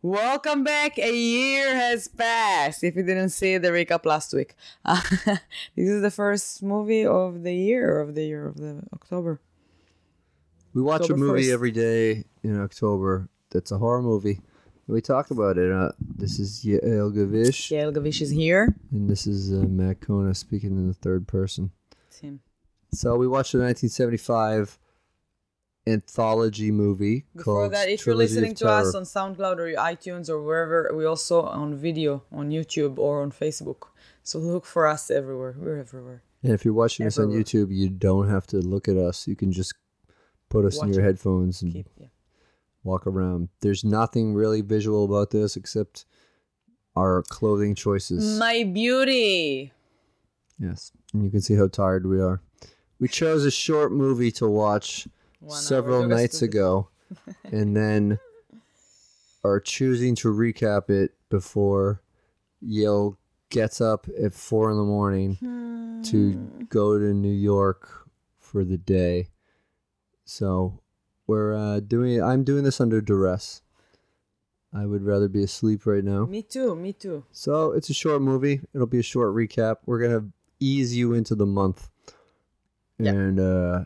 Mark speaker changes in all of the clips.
Speaker 1: Welcome back. A year has passed. If you didn't see the recap last week, this is the first movie of the year, of the year of the October.
Speaker 2: We watch
Speaker 1: October
Speaker 2: a movie
Speaker 1: 1st.
Speaker 2: every day in October that's a horror movie. We talk about it. Uh, this is Yael Gavish,
Speaker 1: Gail Gavish is here.
Speaker 2: and this is uh, Matt Kona speaking in the third person.
Speaker 1: It's him.
Speaker 2: So we watched the 1975 anthology movie
Speaker 1: Before
Speaker 2: called
Speaker 1: that, if you're
Speaker 2: Trilogy of
Speaker 1: listening to us
Speaker 2: Terror.
Speaker 1: on SoundCloud or iTunes or wherever, we also on video on YouTube or on Facebook. So look for us everywhere. We're everywhere.
Speaker 2: and if you're watching this on
Speaker 1: Everywhere.
Speaker 2: YouTube, you don't have to look at us. You can just put us in
Speaker 1: Watch
Speaker 2: your
Speaker 1: it.
Speaker 2: headphones and
Speaker 1: Keep, yeah.
Speaker 2: walk around. There's nothing really visual about this except our clothing choices.
Speaker 1: My beauty.
Speaker 2: Yes. And you can see how tired we are. We chose a short movie to watch
Speaker 1: One hour
Speaker 2: several
Speaker 1: yoga
Speaker 2: nights
Speaker 1: studio.
Speaker 2: ago and then are choosing to recap it before Yale gets up at four in the morning to
Speaker 1: Hmm.
Speaker 2: go to New York for the day. So we're uh, doing I'm doing this under duress. I would rather be asleep right now.
Speaker 1: Me too. Me too.
Speaker 2: So it's a short movie. It'll be a short recap. We're gonna ease you into the month.
Speaker 1: Yeah.
Speaker 2: And uh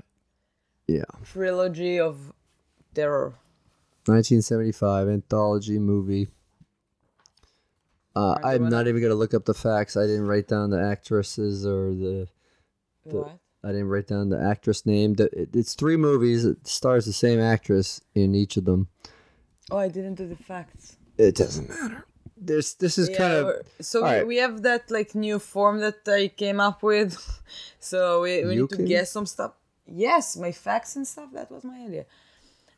Speaker 2: yeah.
Speaker 1: Trilogy of terror.
Speaker 2: 1975 anthology movie. Uh,
Speaker 1: Alright, do you
Speaker 2: I'm
Speaker 1: wanna-
Speaker 2: not even gonna look up the facts. I didn't write down the actresses or the The-
Speaker 1: What?
Speaker 2: I didn't write down the actress name. The- it- It's three movies. It stars the same actress in each of them.
Speaker 1: Oh, I didn't do the facts.
Speaker 2: It doesn't matter. This this is
Speaker 1: Yeah,
Speaker 2: kind of
Speaker 1: we're- so we,
Speaker 2: alright.
Speaker 1: we have that like new form that I came up with. so we, we
Speaker 2: You
Speaker 1: need to
Speaker 2: came-
Speaker 1: guess some stuff. Yes, my facts and stuff. That was my idea.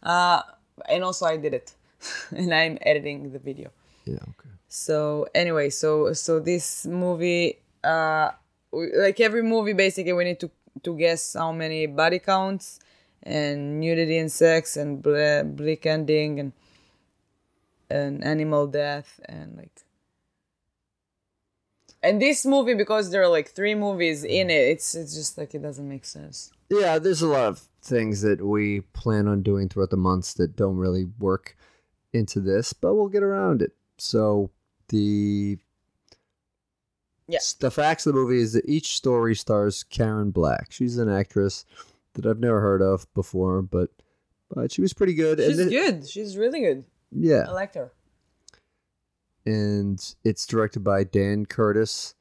Speaker 1: Uh, and also I did it, and I'm editing the video.
Speaker 2: yeah. Okay.
Speaker 1: So anyway, so so this movie, uh, we, like every movie, basically we need to to guess how many body counts and nudity and sex and ble- bleak ending and and animal death and like. And this movie, because there are like three movies in it, it's it's just like it doesn't make sense.
Speaker 2: Yeah, there's a lot of things that we plan on doing throughout the months that don't really work into this, but we'll get around it. So the
Speaker 1: Yeah.
Speaker 2: the facts of the movie is that each story stars Karen Black. She's an actress that I've never heard of before, but but she was pretty good.
Speaker 1: She's
Speaker 2: and thi-
Speaker 1: good. She's really good.
Speaker 2: Yeah,
Speaker 1: I liked her.
Speaker 2: and it's directed by Dan Curtis.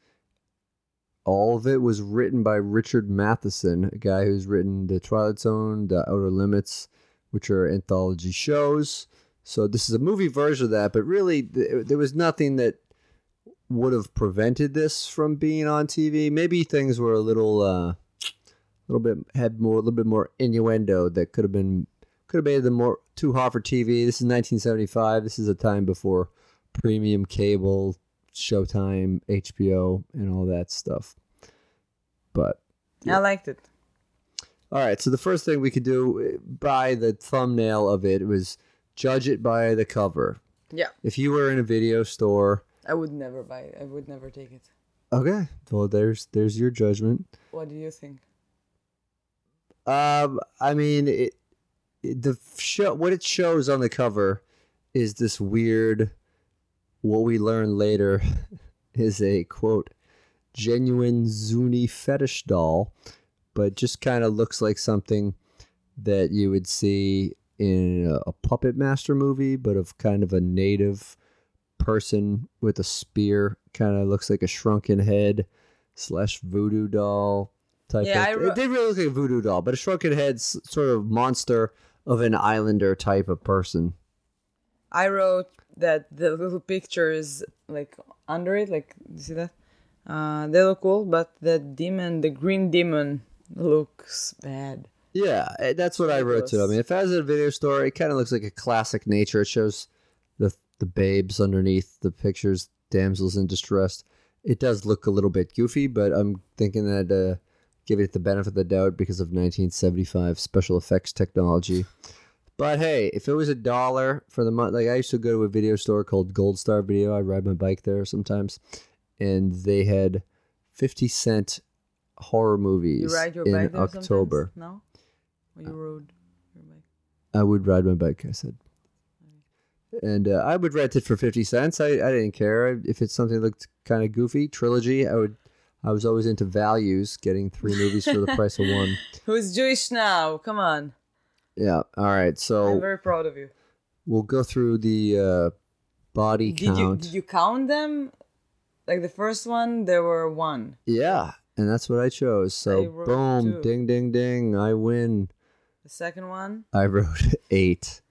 Speaker 2: All of it was written by Richard Matheson, a guy who's written The Twilight Zone, The Outer Limits, which are anthology shows. So this is a movie version of that, but really th- there was nothing that would have prevented this from being on TV. Maybe things were a little, uh, little bit had more, a little bit more innuendo that could have been could have made them more too hot for TV. This is 1975. This is a time before premium cable, Showtime, HBO, and all that stuff. But
Speaker 1: I liked it.
Speaker 2: all right, so the first thing we could do uh, by the thumbnail of it was judge it by the cover.
Speaker 1: Yeah,
Speaker 2: If you were in a video store,
Speaker 1: I would never buy it. I would never take it.
Speaker 2: okay, well there's there's your judgment.
Speaker 1: What do you think?
Speaker 2: Um, I mean, it, it- the show what it shows on the cover is this weird. What we learn later is a quote genuine Zuni fetish doll, but just kind of looks like something that you would see in a, a puppet master movie, but of kind of a native person with a spear. Kind of looks like a shrunken head slash voodoo doll type.
Speaker 1: Yeah,
Speaker 2: of,
Speaker 1: I re-
Speaker 2: it did really look like a voodoo doll, but a shrunken head s- sort of monster of an islander type of person.
Speaker 1: I wrote that the little pictures like under it, like you see that? Uh, they look cool, but the demon, the green demon, looks bad.
Speaker 2: Yeah, eh, that's what I wrote too. I
Speaker 1: Ridiculous.
Speaker 2: mean, if I was at a video store, it kind of looks like a classic nature. It shows the the babes underneath the pictures, damsels in distress. It does look a little bit goofy, but I'm thinking that uh, give it the benefit of the doubt because of 1975 special effects technology. But hey, if it was a dollar for the month, like I used to go to a video store called Gold Star Video. I ride my bike there sometimes, and they had 50 cent horror
Speaker 1: You
Speaker 2: movies
Speaker 1: ride your
Speaker 2: in
Speaker 1: bike there
Speaker 2: October.
Speaker 1: sometimes? No? Or you rode your bike?
Speaker 2: I would ride my bike, I said. And uh, I would rent it for 50 cents. I, I didn't care if it's something that looked kind of goofy. Trilogy, I would. I was always into values, getting three movies for the price of one.
Speaker 1: Who's Jewish now? Come on.
Speaker 2: Yeah. All right.
Speaker 1: I'm
Speaker 2: So
Speaker 1: very proud of you.
Speaker 2: we'll go through the uh, body
Speaker 1: Did you
Speaker 2: count.
Speaker 1: did you count them? Like the first one, there were one.
Speaker 2: Yeah, and that's what I chose. So
Speaker 1: I wrote
Speaker 2: boom,
Speaker 1: two.
Speaker 2: ding, ding, ding. I win.
Speaker 1: The second one,
Speaker 2: I wrote eight.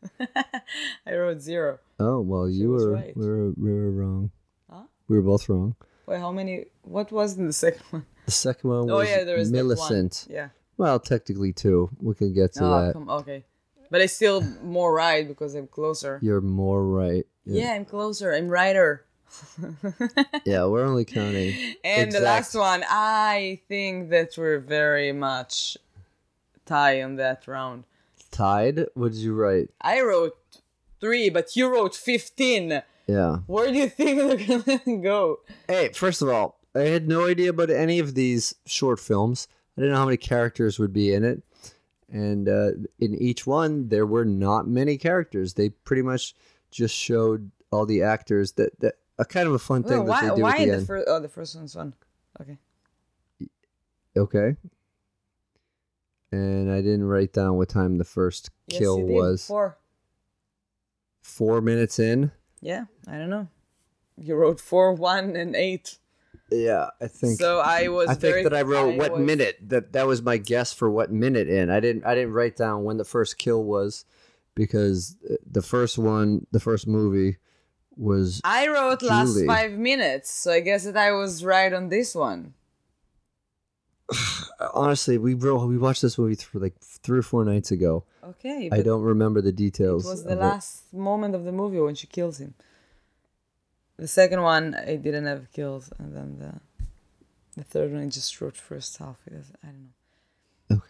Speaker 1: I wrote zero.
Speaker 2: Oh well, you
Speaker 1: was
Speaker 2: were,
Speaker 1: right.
Speaker 2: we were we were wrong.
Speaker 1: Huh?
Speaker 2: We were both wrong.
Speaker 1: Wait, how many? What was in the second one?
Speaker 2: The second one
Speaker 1: oh
Speaker 2: was
Speaker 1: yeah, there was that
Speaker 2: Millicent.
Speaker 1: One. Yeah.
Speaker 2: Well, technically two. We can get to
Speaker 1: oh,
Speaker 2: that.
Speaker 1: come, okay. But I still more right because I'm closer.
Speaker 2: You're more right.
Speaker 1: Yeah, I'm closer. I'm righter.
Speaker 2: yeah we're only counting.
Speaker 1: And the last
Speaker 2: Exact.
Speaker 1: one, I think that we're very much tie on that round.
Speaker 2: Tied? What did you write?
Speaker 1: I wrote three, but you wrote fifteen.
Speaker 2: Yeah.
Speaker 1: Where do you think they're gonna go?
Speaker 2: Hey, first of all, I had no idea about any of these short films. I didn't know how many characters would be in it. And uh, in each one, there were not many characters. They pretty much just showed all the actors that, that a kind of a fun
Speaker 1: Well,
Speaker 2: thing that
Speaker 1: why?
Speaker 2: they do
Speaker 1: why
Speaker 2: at the
Speaker 1: the,
Speaker 2: end.
Speaker 1: first? Oh, the first one's one. Okay.
Speaker 2: okay. And I didn't write down what time the first
Speaker 1: Yes,
Speaker 2: kill
Speaker 1: you did.
Speaker 2: was.
Speaker 1: four.
Speaker 2: Four minutes in.
Speaker 1: Yeah, I don't know. You wrote four, one, and eight.
Speaker 2: Yeah, I think.
Speaker 1: so I was.
Speaker 2: I think
Speaker 1: very-
Speaker 2: that I wrote what
Speaker 1: was-
Speaker 2: minute. That that was my guess for what minute in. I didn't I didn't write down when the first kill was because uh, the first one, the first movie was
Speaker 1: I wrote last
Speaker 2: Julie.
Speaker 1: five minutes, so I guess that I was right on this one.
Speaker 2: uh, honestly we wrote, we watched this movie for like three or four nights ago.
Speaker 1: Okay,
Speaker 2: I
Speaker 1: but
Speaker 2: don't remember the
Speaker 1: it
Speaker 2: details.
Speaker 1: was the
Speaker 2: of it.
Speaker 1: last moment of the movie when she kills him. The second one, I didn't have kills, and then the the third one, I just wrote first half. Because I don't know.
Speaker 2: Okay.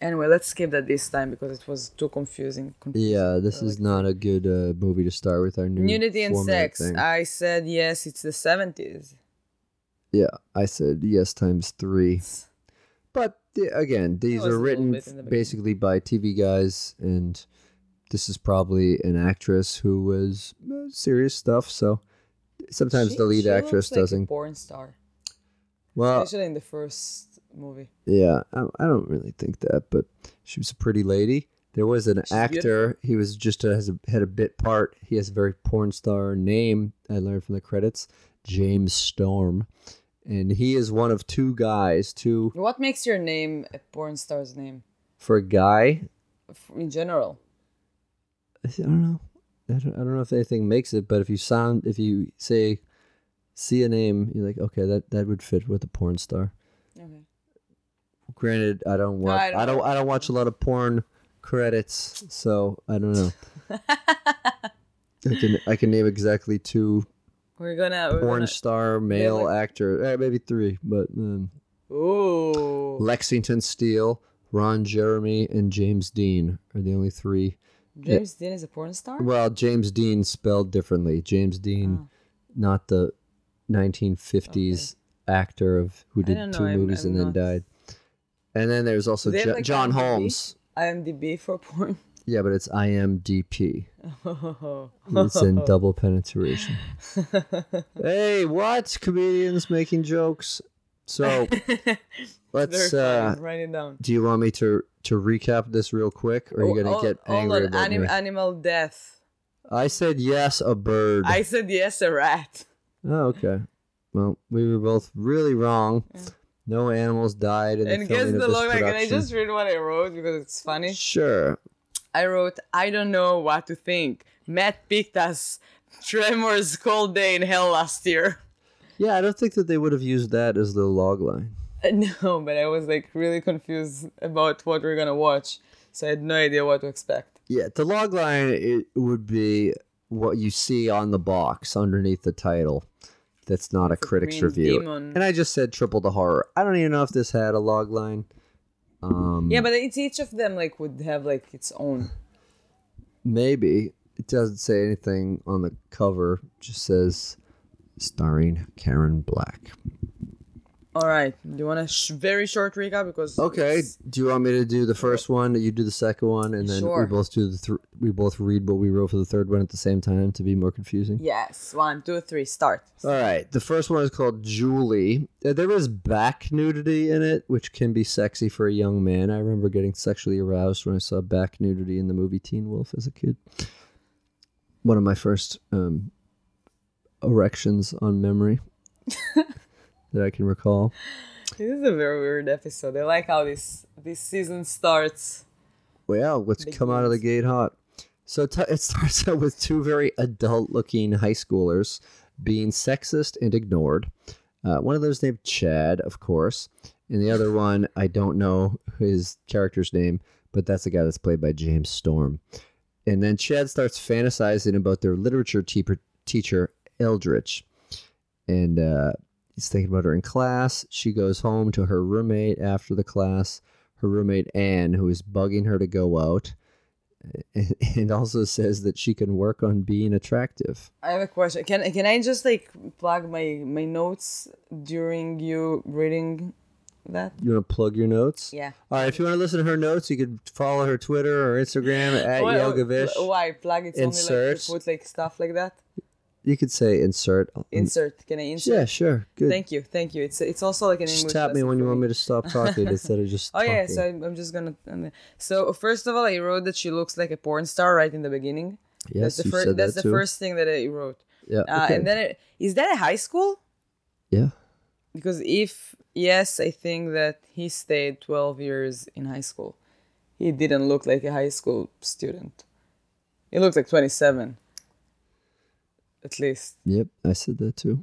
Speaker 1: Anyway, let's skip that this time because it was too confusing. Conf-
Speaker 2: Yeah, this is not a good uh, movie to start with. Our new
Speaker 1: Nudity and
Speaker 2: format
Speaker 1: sex.
Speaker 2: thing.
Speaker 1: I said yes. It's the seventies.
Speaker 2: yeah, I said yes times three. But the, again, these
Speaker 1: was a
Speaker 2: are
Speaker 1: little
Speaker 2: written
Speaker 1: bit in the beginning.
Speaker 2: basically by TV guys, and this is probably an actress who was uh, serious stuff. So sometimes the lead actress doesn't. Uh,
Speaker 1: Porn star,
Speaker 2: Well,
Speaker 1: especially in the first movie.
Speaker 2: yeah, I, I don't really think that, but she was a pretty lady. There was an actor. He was just a, has a, had a bit part. He has a very porn star name. I learned from the credits, James Storm, and he is one of two guys. Two
Speaker 1: What makes your name a porn star's name
Speaker 2: for a guy,
Speaker 1: f- in general?
Speaker 2: I th- I don't know. I don't, I don't know if anything makes it, but if you sound, if you say, see a name, you're like, okay, that, that would fit with a porn star.
Speaker 1: Okay.
Speaker 2: Granted, I don't watch,
Speaker 1: I
Speaker 2: I
Speaker 1: don't
Speaker 2: don't, I don't, watch a lot of porn credits, so I don't know. I can, I can name exactly two
Speaker 1: We're gonna. We're
Speaker 2: porn
Speaker 1: gonna
Speaker 2: star male
Speaker 1: like-
Speaker 2: actor, eh, maybe three, but um,
Speaker 1: ooh,
Speaker 2: Lexington Steele, Ron Jeremy, and James Dean are the only three.
Speaker 1: James Dean is a porn star.
Speaker 2: Well, James Dean spelled differently. James Dean,
Speaker 1: Oh.
Speaker 2: not the 1950s actor of who
Speaker 1: don't
Speaker 2: did
Speaker 1: know,
Speaker 2: 2
Speaker 1: I'm-
Speaker 2: movies and
Speaker 1: I'm
Speaker 2: then died. And then there's also
Speaker 1: they have,
Speaker 2: Jo-
Speaker 1: like,
Speaker 2: John
Speaker 1: IMDb?
Speaker 2: Holmes.
Speaker 1: IMDb for porn.
Speaker 2: Yeah, but it's IMDP.
Speaker 1: Oh,
Speaker 2: It's in double penetration. hey, what comedians making jokes? So let's. uh
Speaker 1: write it down.
Speaker 2: Do you want me to to recap this real quick, or are you gonna
Speaker 1: Oh,
Speaker 2: get
Speaker 1: hold
Speaker 2: angry
Speaker 1: on,
Speaker 2: about
Speaker 1: anim-
Speaker 2: me?
Speaker 1: Animal death.
Speaker 2: I said yes, a bird.
Speaker 1: I said yes, a rat.
Speaker 2: Oh, okay. Well, we were both really wrong. No animals died in the
Speaker 1: And
Speaker 2: filming
Speaker 1: guess
Speaker 2: of
Speaker 1: the
Speaker 2: this
Speaker 1: log. Like, can I
Speaker 2: production.
Speaker 1: just read what I wrote because it's funny?
Speaker 2: Sure.
Speaker 1: I wrote, I don't know what to think. Matt picked us Tremors Cold Day in Hell last year.
Speaker 2: Yeah, I don't think that they would have used that as the log line.
Speaker 1: No, but I was like really confused about what we're gonna watch. So I had no idea what to expect.
Speaker 2: Yeah, the log line it would be what you see on the box underneath the title. That's not a critics
Speaker 1: green
Speaker 2: review.
Speaker 1: demon.
Speaker 2: And I just said triple the horror. I don't even know if this had a log line. Um,
Speaker 1: Yeah, but it's each of them like would have like its own.
Speaker 2: Maybe it doesn't say anything on the cover. It just says starring Karen Black.
Speaker 1: All right. Do you want a sh- very short recap because
Speaker 2: Okay.
Speaker 1: it's-
Speaker 2: Do you want me to do the first one? You do the second one, and then
Speaker 1: Sure.
Speaker 2: we both do the thr we both read what we wrote for the third one at the same time to be more confusing.
Speaker 1: Yes. One, two, three. Start.
Speaker 2: All right. The first one is called Julie. Uh, There is back nudity in it, which can be sexy for a young man. I remember getting sexually aroused when I saw back nudity in the movie Teen Wolf as a kid. One of my first um, erections on memory that I can recall.
Speaker 1: This is a very weird episode. I like how this this season starts.
Speaker 2: Well, let's
Speaker 1: Big
Speaker 2: come out of the gate hot. So t- it starts out with two very adult looking high schoolers being sexist and ignored. Uh, one of them's named Chad, of course, and the other one, I don't know his character's name, but that's the guy that's played by James Storm. And then Chad starts fantasizing about their literature teacher, teacher Eldritch. And uh, he's thinking about her in class. She goes home to her roommate after the class her roommate Anne, who is bugging her to go out, and- and also says that she can work on being attractive.
Speaker 1: I have a question. Can can I just like plug my my notes during you reading that?
Speaker 2: You want to plug your notes?
Speaker 1: Yeah.
Speaker 2: All right. If you want to listen to her notes, you can follow her Twitter or Instagram at
Speaker 1: Why-
Speaker 2: Yogavish.
Speaker 1: Why plug it's only like
Speaker 2: Insert.
Speaker 1: to put like stuff like that?
Speaker 2: You could say insert.
Speaker 1: Insert. Can I insert?
Speaker 2: yeah, sure. Good.
Speaker 1: Thank you. Thank you. It's it's also like an
Speaker 2: Just
Speaker 1: English.
Speaker 2: tap me
Speaker 1: lesson
Speaker 2: when
Speaker 1: for
Speaker 2: you want me to stop talking instead of just.
Speaker 1: Oh
Speaker 2: talking.
Speaker 1: yeah, so I'm, I'm just gonna. and- So first of all, I wrote that she looks like a porn star right in the beginning.
Speaker 2: yes,
Speaker 1: that's the
Speaker 2: you
Speaker 1: fir-
Speaker 2: said
Speaker 1: That's
Speaker 2: that
Speaker 1: the
Speaker 2: too.
Speaker 1: first thing that I wrote.
Speaker 2: Yeah.
Speaker 1: Uh,
Speaker 2: okay.
Speaker 1: And then it, is that a high school?
Speaker 2: yeah.
Speaker 1: Because if yes, I think that he stayed 12 years in high school. He didn't look like a high school student. He looked like 27, at least.
Speaker 2: Yep. I said that too.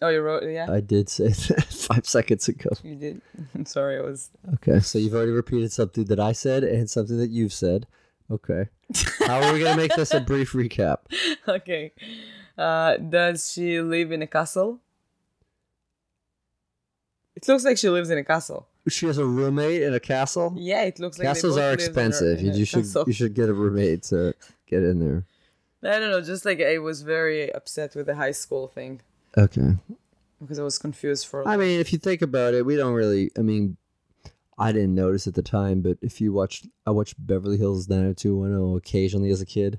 Speaker 1: Oh, you wrote yeah.
Speaker 2: I did say that five seconds ago.
Speaker 1: you did. I'm sorry, I was.
Speaker 2: Okay, so you've already repeated something that I said and something that you've said. Okay. How are we going to make this a brief recap?
Speaker 1: okay. Uh, does she live in a castle? It looks like she lives in a castle.
Speaker 2: She has a roommate in a castle.
Speaker 1: Yeah, it looks like they
Speaker 2: Castles
Speaker 1: both
Speaker 2: are
Speaker 1: live in a-
Speaker 2: expensive.
Speaker 1: in
Speaker 2: You,
Speaker 1: a
Speaker 2: you should
Speaker 1: castle.
Speaker 2: you should get a roommate to get in there.
Speaker 1: I don't know. Just like I was very upset with the high school thing
Speaker 2: Okay.
Speaker 1: because I was confused for.
Speaker 2: I mean, if you think about it, we don't really. I mean, I didn't notice at the time, but if you watch, I watched Beverly Hills 90210 occasionally as a kid,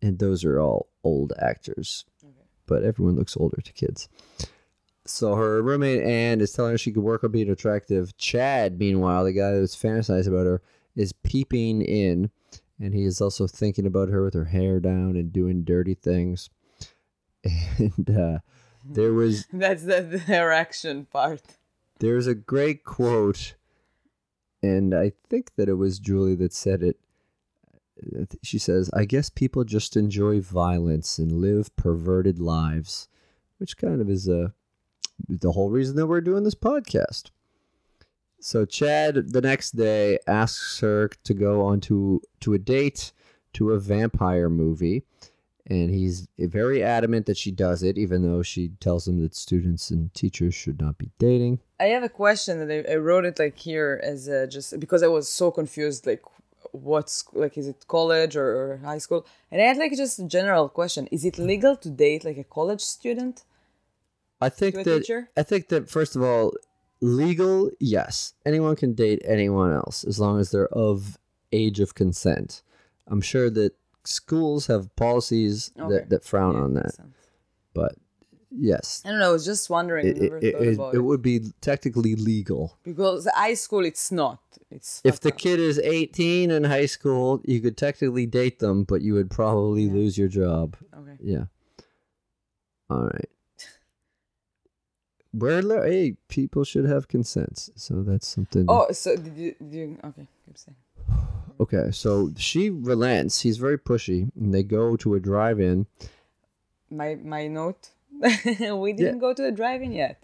Speaker 2: and those are all old actors. But everyone looks older to kids. So her roommate Anne is telling her she could work on being attractive. Chad, meanwhile, the guy that's fantasized about her, is peeping in, and he is also thinking about her with her hair down and doing dirty things. And uh, there was
Speaker 1: That's the, the erection part.
Speaker 2: there's a great quote, and I think that it was Julie that said it. Uh, She says, I guess people just enjoy violence and live perverted lives, which kind of is uh, the whole reason that we're doing this podcast. So Chad the next day asks her to go on to, to a date to a vampire movie and he's very adamant that she does it even though she tells him that students and teachers should not be dating.
Speaker 1: I have a question that I, I wrote it like here as a, just because I was so confused like what's like is it college or, or high school and I had like just a general question is it legal to date like a college student
Speaker 2: I think
Speaker 1: To a
Speaker 2: that
Speaker 1: teacher?
Speaker 2: I think that first of all, legal, yes, anyone can date anyone else as long as they're of age of consent. I'm sure that schools have policies
Speaker 1: Okay.
Speaker 2: that, that frown
Speaker 1: Yeah,
Speaker 2: on that,
Speaker 1: makes sense.
Speaker 2: but yes,
Speaker 1: I don't know I was just wondering
Speaker 2: it,
Speaker 1: I never
Speaker 2: it, it,
Speaker 1: thought
Speaker 2: it,
Speaker 1: about
Speaker 2: it
Speaker 1: it,
Speaker 2: would be technically legal.
Speaker 1: because high school it's not it's
Speaker 2: If
Speaker 1: fucked
Speaker 2: the
Speaker 1: up.
Speaker 2: kid is 18 in high school, you could technically date them, but you would probably lose your job.
Speaker 1: okay
Speaker 2: Yeah. All right. We're le- hey, people should have consents, so that's something.
Speaker 1: oh so did you, did you okay keep saying
Speaker 2: Okay, so she relents. He's very pushy, and they go to a drive-in.
Speaker 1: my my note we didn't go to a drive-in yet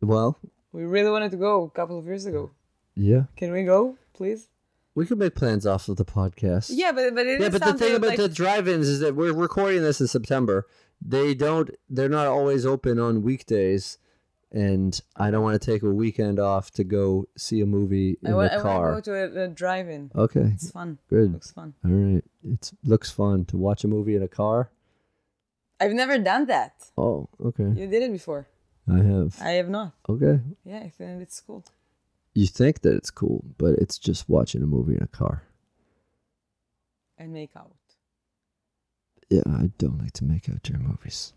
Speaker 2: Well,
Speaker 1: we really wanted to go a couple of years ago
Speaker 2: yeah,
Speaker 1: Can we go, please?
Speaker 2: we could make plans off of the podcast.
Speaker 1: Yeah, but but it is
Speaker 2: yeah, but the
Speaker 1: something
Speaker 2: thing about
Speaker 1: like,
Speaker 2: the drive-ins is that we're recording this in September. They don't. They're not always open on weekdays, and I don't want to take a weekend off to go see a movie in
Speaker 1: I want,
Speaker 2: the
Speaker 1: I want to
Speaker 2: car. Hmm.
Speaker 1: go to a, a drive-in.
Speaker 2: Okay,
Speaker 1: It's fun.
Speaker 2: good.
Speaker 1: Looks fun.
Speaker 2: All right. It looks fun to watch a movie in a car.
Speaker 1: I've never done that.
Speaker 2: Oh, okay.
Speaker 1: You did it before.
Speaker 2: I have.
Speaker 1: I have not.
Speaker 2: Okay.
Speaker 1: Yeah, I think it's cool.
Speaker 2: You think that it's cool, but it's just watching a movie in a car.
Speaker 1: And make out.
Speaker 2: Yeah, I don't like to make out during movies.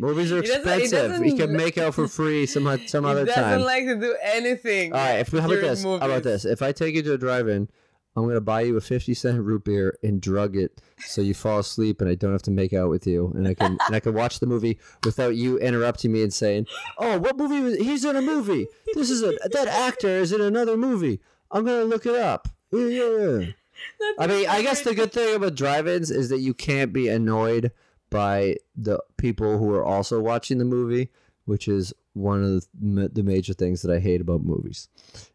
Speaker 2: Movies are
Speaker 1: He doesn't- he
Speaker 2: expensive. We can
Speaker 1: doesn't-
Speaker 2: make out for free some o- some
Speaker 1: he
Speaker 2: other
Speaker 1: doesn't
Speaker 2: time.
Speaker 1: like to do anything.
Speaker 2: All right. If we, how about
Speaker 1: during
Speaker 2: this? How about
Speaker 1: movies.
Speaker 2: this? If I take you to a drive-in, I'm gonna buy you a fifty cent root beer and drug it so you fall asleep and I don't have to make out with you and I can and I can watch the movie without you interrupting me and saying, "Oh, what movie was? He's in a movie. This is a that actor is in another movie. I'm gonna look it up." Yeah, Yeah. yeah. I mean, I guess the good thing about drive-ins is that you can't be annoyed by the people who are also watching the movie, which is one of the, the major things that I hate about movies.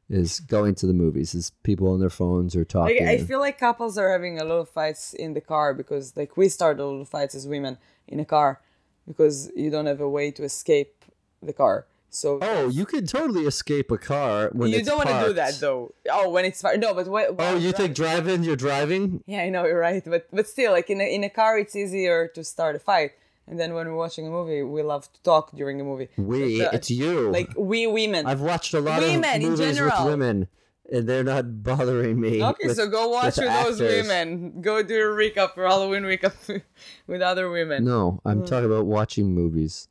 Speaker 2: Is going to the movies is people on their phones or
Speaker 1: Like,
Speaker 2: talking.
Speaker 1: I feel like couples are having a lot of fights in the car because, like, we start a lot of fights as women in a car because you don't have a way to escape the car. So
Speaker 2: oh, you could totally escape a car when
Speaker 1: you
Speaker 2: it's
Speaker 1: don't want to do
Speaker 2: parked.
Speaker 1: that though. Oh, when it's far. No, but what?
Speaker 2: Oh, you think drive-in? You're driving.
Speaker 1: Yeah, I know you're right, but but still, like in a, in a car, it's easier to start a fight. And then when we're watching a movie, we love to talk during a movie.
Speaker 2: We,
Speaker 1: So,
Speaker 2: it's you.
Speaker 1: uh, like we women.
Speaker 2: I've watched a lot
Speaker 1: Women
Speaker 2: of
Speaker 1: in
Speaker 2: movies with
Speaker 1: general.
Speaker 2: women, and they're not bothering me.
Speaker 1: okay,
Speaker 2: with-
Speaker 1: so go watch
Speaker 2: with
Speaker 1: with, those
Speaker 2: actors.
Speaker 1: women. Go do a recap for Halloween recap with other women.
Speaker 2: No, I'm talking about watching movies.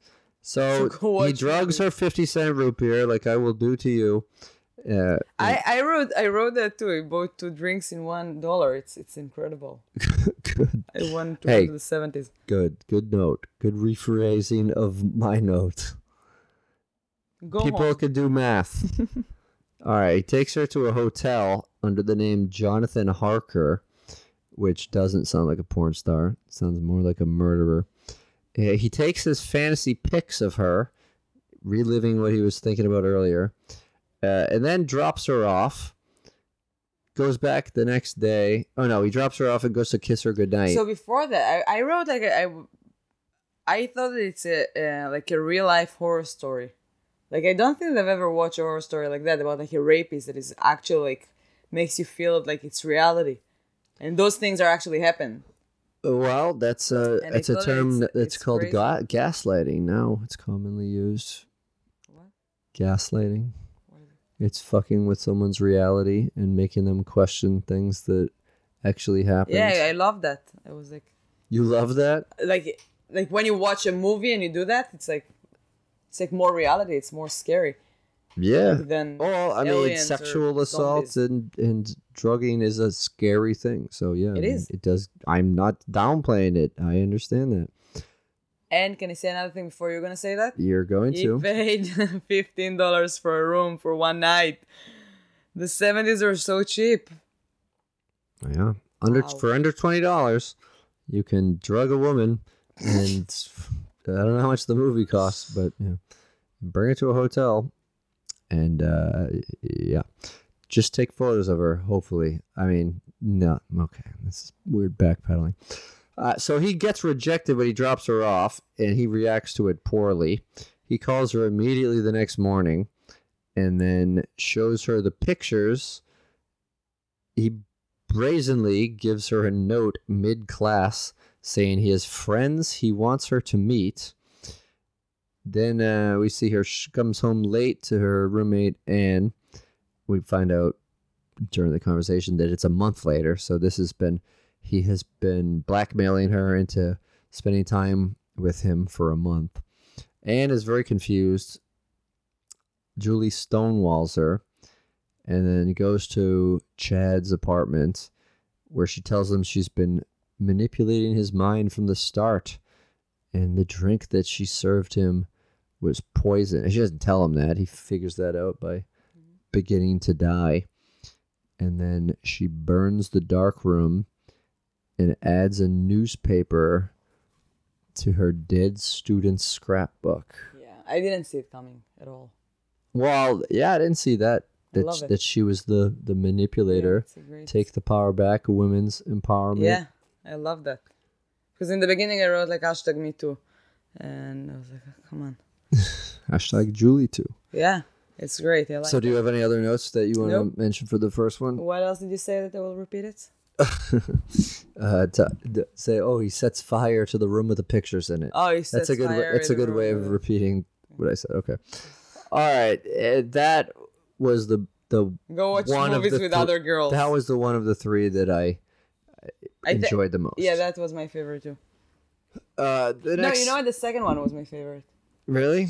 Speaker 1: So
Speaker 2: So
Speaker 1: Mm. go
Speaker 2: he
Speaker 1: watch
Speaker 2: drugs her 50 cent root beer like I will do to you. Uh,
Speaker 1: I, I wrote I wrote that too. I bought two drinks in one dollar. It's it's incredible.
Speaker 2: good,
Speaker 1: I went to
Speaker 2: Hey.
Speaker 1: the seventies.
Speaker 2: good, good note. Good rephrasing of my note.
Speaker 1: Go
Speaker 2: People
Speaker 1: home.
Speaker 2: can do math. All right, he takes her to a hotel under the name Jonathan Harker, which doesn't sound like a porn star. Sounds more like a murderer. Uh, He takes his fantasy pics of her, reliving what he was thinking about earlier, uh, and then drops her off. Goes back the next day. Oh no, he drops her off and goes to kiss her goodnight.
Speaker 1: So before that, I, I wrote like a- I, I thought it's a uh, like a real life horror story. Like I don't think I've ever watched a horror story like that about like a rapist that is actually like makes you feel like it's reality, and those things are actually happen.
Speaker 2: Well, that's a
Speaker 1: And
Speaker 2: that's
Speaker 1: I
Speaker 2: a
Speaker 1: thought
Speaker 2: term
Speaker 1: it's-
Speaker 2: that- that's
Speaker 1: it's
Speaker 2: called
Speaker 1: crazy.
Speaker 2: ga- gaslighting. Now it's commonly used.
Speaker 1: What?
Speaker 2: Gaslighting.
Speaker 1: What is
Speaker 2: It's fucking with someone's reality and making them question things that actually happened.
Speaker 1: Yeah, I love that. I was like,
Speaker 2: You love that?
Speaker 1: like, like when you watch a movie and you do that, it's like, it's like more reality. It's more scary
Speaker 2: Yeah.
Speaker 1: than.
Speaker 2: Well, I mean,
Speaker 1: aliens or
Speaker 2: sexual assault
Speaker 1: zombies.
Speaker 2: and, and drugging is a scary thing. So, yeah. I mean,
Speaker 1: is.
Speaker 2: It does. I'm not downplaying it. I understand that.
Speaker 1: And can I say another thing before you're gonna say that?
Speaker 2: You're going
Speaker 1: He
Speaker 2: to.
Speaker 1: paid fifteen dollars for a room for one night. The seventies are so cheap.
Speaker 2: Yeah. Under
Speaker 1: Wow.
Speaker 2: for under twenty dollars, you can drug a woman, and I don't know how much the movie costs, but yeah, bring her to a hotel, and uh, yeah, just take photos of her. Hopefully, I mean, no, okay, this is weird backpedaling. Uh, so he gets rejected when he drops her off, and he reacts to it poorly. He calls her immediately the next morning, and then shows her the pictures. He brazenly gives her a note mid class saying he has friends he wants her to meet. Then uh, we see her she comes home late to her roommate, and we find out during the conversation that it's a month later. So this has been he has been blackmailing her into spending time with him for a month, and is very confused. Julie stonewalls her, and then goes to Chad's apartment where she tells him she's been manipulating his mind from the start and the drink that she served him was poison. And she doesn't tell him that. He figures that out by beginning to die. And then she burns the dark room and adds a newspaper to her dead student scrapbook.
Speaker 1: Yeah, I didn't see it coming at all.
Speaker 2: Well, yeah, I didn't see that
Speaker 1: I
Speaker 2: that,
Speaker 1: love
Speaker 2: sh-
Speaker 1: it.
Speaker 2: that she was the the manipulator.
Speaker 1: It's a great-
Speaker 2: Take the power back, women's empowerment.
Speaker 1: Yeah, I love that. Because in the beginning I wrote like hashtag me too, and I was like, "Oh, come on.
Speaker 2: Hashtag Julie too.
Speaker 1: Yeah, it's great. I like.
Speaker 2: So, do you have any other notes that you want to
Speaker 1: Nope.
Speaker 2: mention for the first one?
Speaker 1: what else did you say that I will repeat it?
Speaker 2: Uh, to, d- say, oh, he sets fire to the room with the pictures in it.
Speaker 1: Oh, you said
Speaker 2: that's a good. Way,
Speaker 1: fire
Speaker 2: that's a
Speaker 1: in the
Speaker 2: good way
Speaker 1: room.
Speaker 2: of repeating what I said. Okay. All right. Uh, that was the the
Speaker 1: Go watch
Speaker 2: One of
Speaker 1: movies
Speaker 2: the
Speaker 1: with
Speaker 2: thr-
Speaker 1: other girls.
Speaker 2: that was the one of the three that I
Speaker 1: Oh. I thi-
Speaker 2: enjoyed the most.
Speaker 1: Yeah, that was my favorite too.
Speaker 2: uh, the
Speaker 1: No,
Speaker 2: next,
Speaker 1: you know what? The second one was my favorite.
Speaker 2: really.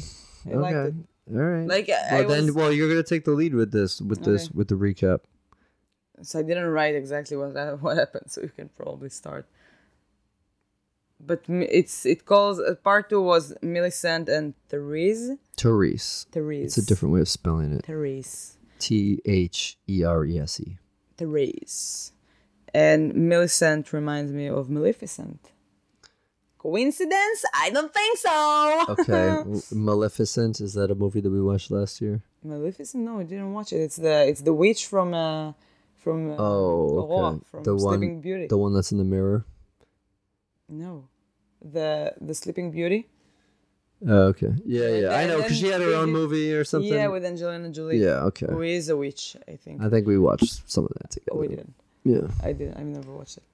Speaker 1: I liked it.
Speaker 2: All right.
Speaker 1: Like I,
Speaker 2: well,
Speaker 1: I
Speaker 2: then,
Speaker 1: was,
Speaker 2: well, you're gonna take the lead with this, with this,
Speaker 1: Okay.
Speaker 2: with the recap.
Speaker 1: so I didn't write exactly what that, what happened, so you can probably start. But m- it's it calls uh, part two was Millicent and Therese.
Speaker 2: Therese.
Speaker 1: Therese.
Speaker 2: It's a different way of spelling it.
Speaker 1: Therese.
Speaker 2: T H E R E S E.
Speaker 1: Therese. And Millicent reminds me of Maleficent. Coincidence? I don't think so.
Speaker 2: Okay. W- Maleficent is that a movie that we watched last year?
Speaker 1: Maleficent? No, I didn't watch it. It's the it's the witch from uh from uh,
Speaker 2: Oh,
Speaker 1: Aurora,
Speaker 2: okay.
Speaker 1: from
Speaker 2: The one-
Speaker 1: Sleeping Beauty.
Speaker 2: The one that's in the mirror.
Speaker 1: No, the the Sleeping Beauty.
Speaker 2: Oh, okay. Yeah, yeah. I
Speaker 1: and
Speaker 2: know
Speaker 1: then
Speaker 2: because she had her
Speaker 1: they
Speaker 2: own
Speaker 1: did-
Speaker 2: movie or something.
Speaker 1: Yeah, with Angelina Jolie.
Speaker 2: Yeah, Okay.
Speaker 1: Who is a witch? I think.
Speaker 2: I think we watched some of that together.
Speaker 1: Oh, we didn't.
Speaker 2: Yeah.
Speaker 1: I did. I've never watched it.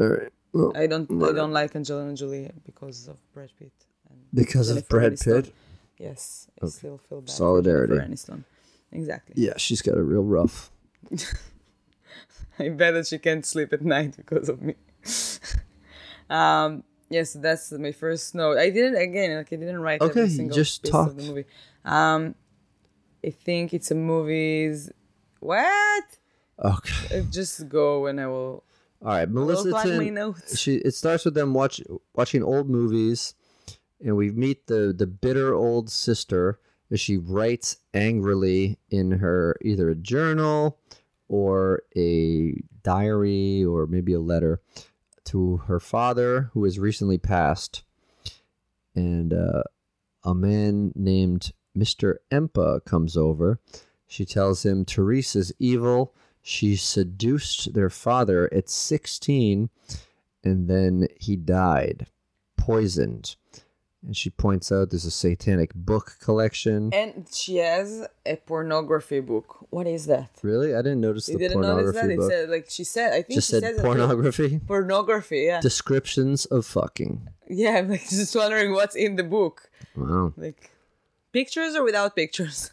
Speaker 2: All right. Well,
Speaker 1: I don't. I
Speaker 2: Well-
Speaker 1: don't like Angelina Jolie because of Brad Pitt. And
Speaker 2: because of
Speaker 1: Jennifer
Speaker 2: Brad
Speaker 1: Aniston.
Speaker 2: Pitt.
Speaker 1: Yes, I still feel bad.
Speaker 2: Solidarity.
Speaker 1: For Jennifer Aniston. Exactly.
Speaker 2: Yeah, she's got a real rough.
Speaker 1: I bet that she can't sleep at night because of me. um, yes, that's my first note. I didn't again. Like I didn't write
Speaker 2: Okay,
Speaker 1: every single
Speaker 2: just
Speaker 1: piece
Speaker 2: talk.
Speaker 1: of the movie. Um, I think it's a movie's. What?
Speaker 2: Okay.
Speaker 1: Uh, Just go and I will.
Speaker 2: All right, Melissa.
Speaker 1: find my
Speaker 2: Tin-
Speaker 1: notes.
Speaker 2: She. It starts with them watch watching old movies, and we meet the the bitter old sister as she writes angrily in her either a journal or a diary or maybe a letter to her father who has recently passed, and uh, a man named Mister Empa comes over. She tells him Teresa's evil. She seduced their father at 16 and then he died, poisoned. And she points out there's a satanic book collection.
Speaker 1: And she has a pornography book. What is that?
Speaker 2: Really? I didn't notice
Speaker 1: You
Speaker 2: the
Speaker 1: didn't notice
Speaker 2: pornography
Speaker 1: that? It
Speaker 2: book.
Speaker 1: said like she said. I think
Speaker 2: Just
Speaker 1: she
Speaker 2: said
Speaker 1: says it, like,
Speaker 2: pornography.
Speaker 1: Pornography. Yeah.
Speaker 2: Descriptions of fucking.
Speaker 1: Yeah. I'm like just wondering what's in the book.
Speaker 2: Wow.
Speaker 1: Like, pictures or without pictures.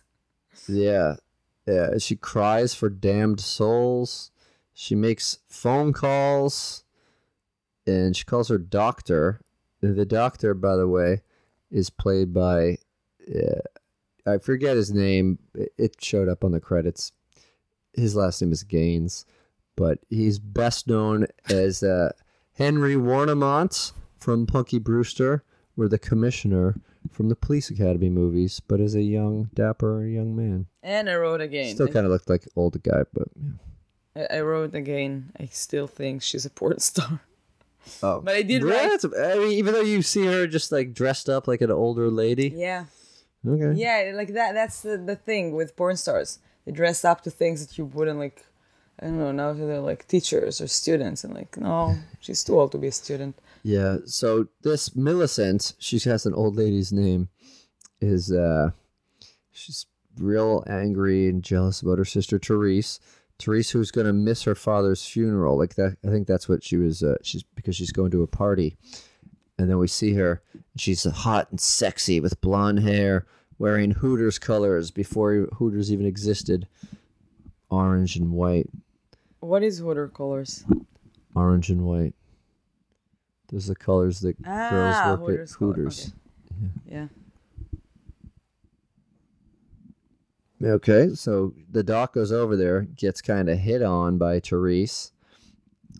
Speaker 2: Yeah. Yeah. She cries for damned souls. She makes phone calls. And she calls her doctor. The doctor, by the way, is played by. Uh, I forget his name. It- It showed up on the credits. His last name is Gaines. But he's best known as uh, Henry Warnemont from Punky Brewster, or the commissioner from the Police Academy movies, but as a young, dapper young man.
Speaker 1: And I wrote again.
Speaker 2: Still kind of looked like old guy, but yeah.
Speaker 1: I, I wrote again. I still think she's a porn star.
Speaker 2: oh,
Speaker 1: But I did
Speaker 2: Really?
Speaker 1: write-
Speaker 2: That's- I mean, even though you see her just like dressed up like an older lady.
Speaker 1: Yeah.
Speaker 2: Okay.
Speaker 1: Yeah, like that. That's the, the thing with porn stars. They dress up to things that you wouldn't like. I don't know. Now they're like teachers or students, and like, no, she's too old to be a student.
Speaker 2: Yeah. So this Millicent, she has an old lady's name, is uh, she's real angry and jealous about her sister Therese. Therese, who's gonna miss her father's funeral, like that. I think that's what she was. Uh, she's because she's going to a party, and then we see her. She's hot and sexy with blonde hair, wearing Hooters colors before Hooters even existed. Orange and white,
Speaker 1: What is watercolors?
Speaker 2: orange and white. Those are the colors that
Speaker 1: Ah,
Speaker 2: girls work
Speaker 1: Hooters
Speaker 2: at
Speaker 1: color,
Speaker 2: Hooters.
Speaker 1: okay. Yeah.
Speaker 2: Okay, so the doc goes over there, gets kind of hit on by Therese,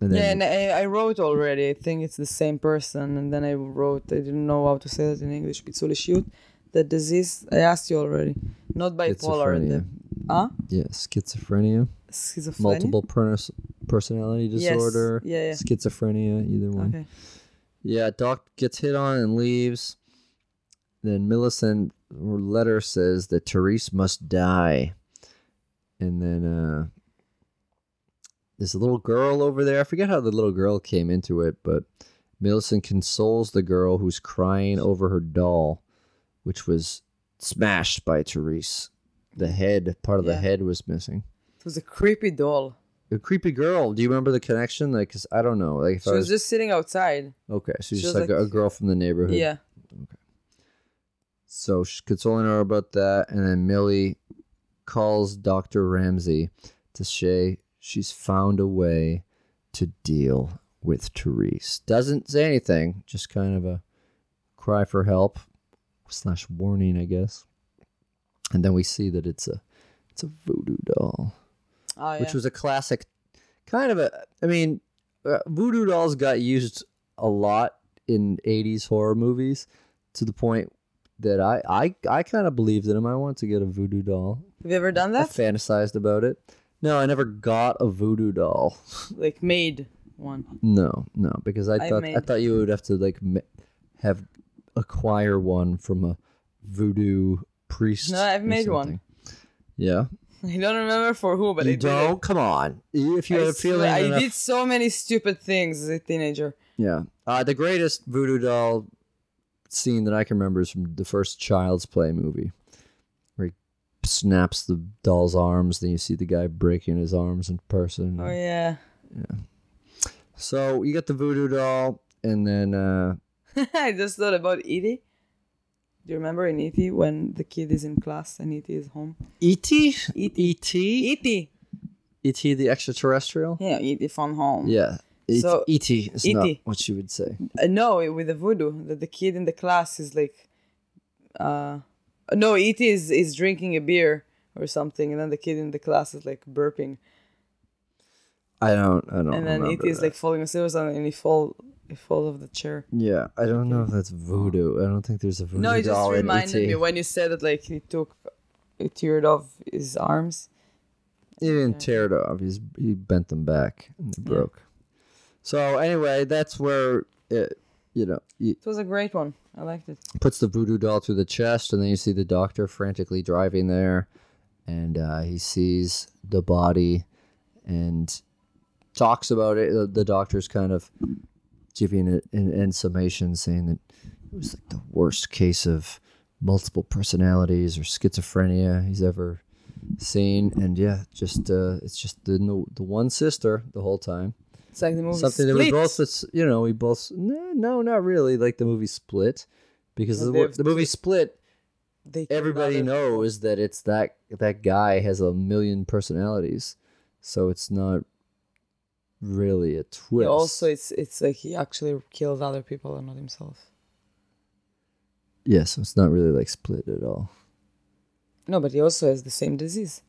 Speaker 2: and
Speaker 1: Yeah,
Speaker 2: then
Speaker 1: and I, I wrote already. I think it's the same person. And then I wrote, I didn't know how to say that in English. Pizzoliciut, the disease, I asked you already. Not bipolar. The,
Speaker 2: Schizophrenia.
Speaker 1: huh?
Speaker 2: yeah, schizophrenia,
Speaker 1: Schizophrenia?
Speaker 2: multiple pernas- personality
Speaker 1: Yes.
Speaker 2: disorder,
Speaker 1: Yeah, yeah.
Speaker 2: schizophrenia, either one.
Speaker 1: Okay.
Speaker 2: Yeah, Doc gets hit on and leaves. Then Millicent her letter says that Therese must die. And then uh there's a little girl over there. I forget how the little girl came into it, but Millicent consoles the girl who's crying over her doll, which was smashed by Therese. The head, part of the
Speaker 1: Yeah.
Speaker 2: head was missing.
Speaker 1: It was a creepy doll.
Speaker 2: The creepy girl. Do you remember the connection? Like, 'cause I don't know. Like, if
Speaker 1: She
Speaker 2: I
Speaker 1: was
Speaker 2: was,
Speaker 1: just sitting outside.
Speaker 2: okay, so
Speaker 1: she
Speaker 2: just
Speaker 1: was
Speaker 2: like,
Speaker 1: like-
Speaker 2: a girl from the neighborhood.
Speaker 1: Yeah.
Speaker 2: So she's consoling her about that, and then Millie calls Dr. Ramsey to say she's found a way to deal with Therese. Doesn't say anything, just kind of a cry for help slash warning, I guess. And then we see that it's a it's a voodoo doll,
Speaker 1: Oh yeah.
Speaker 2: which was a classic, kind of a. I mean, uh, voodoo dolls got used a lot in '80s horror movies, to the point that I I I kind of believed in them. I wanted to get a voodoo doll.
Speaker 1: Have you ever done
Speaker 2: I
Speaker 1: that?
Speaker 2: fantasized about it. No, I never got a voodoo doll.
Speaker 1: Like made one.
Speaker 2: No, no, because I
Speaker 1: I
Speaker 2: thought I
Speaker 1: made-
Speaker 2: thought you would have to like ma- have acquire one from a voodoo priest.
Speaker 1: No, I've
Speaker 2: or
Speaker 1: made one.
Speaker 2: something. Yeah,
Speaker 1: I don't remember for who, but
Speaker 2: you
Speaker 1: I did it.
Speaker 2: don't. Come on, if you
Speaker 1: I
Speaker 2: had a
Speaker 1: swear,
Speaker 2: feeling.
Speaker 1: I
Speaker 2: enough-
Speaker 1: did so many stupid things as a teenager.
Speaker 2: Yeah, uh, the greatest voodoo doll scene that I can remember is from the first Child's Play movie, where he snaps the doll's arms. Then you see the guy breaking his arms in person.
Speaker 1: Oh yeah.
Speaker 2: So you get the voodoo doll, and then. uh
Speaker 1: I just thought about Edie. Do you remember in Edie when the kid is in class and Edie is home?
Speaker 2: E.T.?
Speaker 1: E.T.
Speaker 2: E.T.?
Speaker 1: Edie.
Speaker 2: E.T. E the extraterrestrial?
Speaker 1: Yeah, Edie from home.
Speaker 2: Yeah. E E.T.
Speaker 1: So- E
Speaker 2: E.T. is not
Speaker 1: E.T..
Speaker 2: what you would say.
Speaker 1: Uh, no, with the voodoo, that the kid in the class is like, uh, no, Edie is is drinking a beer or something, and then the kid in the class is like burping,
Speaker 2: I don't. I don't.
Speaker 1: and then
Speaker 2: remember
Speaker 1: Edie is
Speaker 2: that.
Speaker 1: like falling asleep or something, and he fall he falls off the chair.
Speaker 2: Yeah, I don't know if that's voodoo. I don't think there's a voodoo
Speaker 1: No, it just
Speaker 2: doll Oh, in E
Speaker 1: reminded
Speaker 2: E.T..
Speaker 1: me when you said that like he took, he teared off his arms.
Speaker 2: He didn't tear it off. He's, he bent them back and they broke. So anyway, that's where it, you know, it
Speaker 1: It was a great one. I liked it.
Speaker 2: puts the voodoo doll through the chest, and then you see the doctor frantically driving there, and uh, he sees the body, and talks about it. The, the doctor's kind of giving it an, an summation, saying that it was like the worst case of multiple personalities or schizophrenia he's ever seen, and yeah, just uh, it's just the the one sister the whole time
Speaker 1: It's like the movie
Speaker 2: something that we
Speaker 1: Split.
Speaker 2: both s- you know we both no, no not really like the movie split because
Speaker 1: No,
Speaker 2: the,
Speaker 1: they
Speaker 2: wo-
Speaker 1: have
Speaker 2: the movie split
Speaker 1: They killed
Speaker 2: everybody
Speaker 1: other-
Speaker 2: knows that it's that that guy has a million personalities so it's not really a
Speaker 1: Yeah,
Speaker 2: twist
Speaker 1: also, it's it's like he actually killed other people and not himself.
Speaker 2: yeah so it's not really like split at all
Speaker 1: No, but he also has the same disease.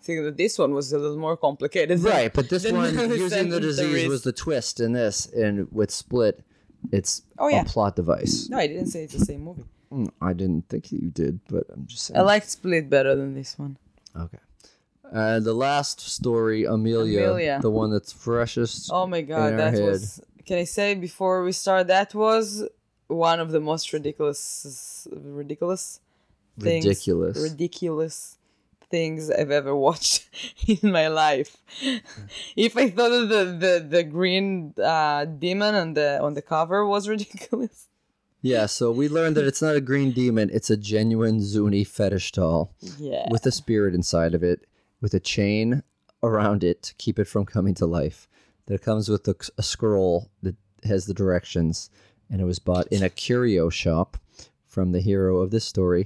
Speaker 1: I think that this one was a little more complicated. than-
Speaker 2: right but this
Speaker 1: than
Speaker 2: one using the
Speaker 1: sentence there
Speaker 2: disease
Speaker 1: is.
Speaker 2: was the twist in this and with split it's
Speaker 1: Oh, yeah.
Speaker 2: a plot device
Speaker 1: No, I didn't say it's the same movie.
Speaker 2: Mm, i didn't think you did but i'm just saying
Speaker 1: I liked Split better than this one.
Speaker 2: Okay. Uh, the last story, Amelia,
Speaker 1: Amelia.
Speaker 2: the one that's freshest.
Speaker 1: Oh my
Speaker 2: our
Speaker 1: god, that
Speaker 2: head.
Speaker 1: was. Can I say before we start that was one of the most ridiculous, ridiculous, things,
Speaker 2: Ridiculous.
Speaker 1: ridiculous things I've ever watched in my life. if I thought that the the the green uh, demon on the on the cover was ridiculous,
Speaker 2: yeah, so we learned that it's not a green demon; it's a genuine Zuni fetish doll
Speaker 1: yeah,
Speaker 2: with a spirit inside of it, with a chain around it to keep it from coming to life. That comes with a, a scroll that has the directions, and it was bought in a curio shop from the hero of this story,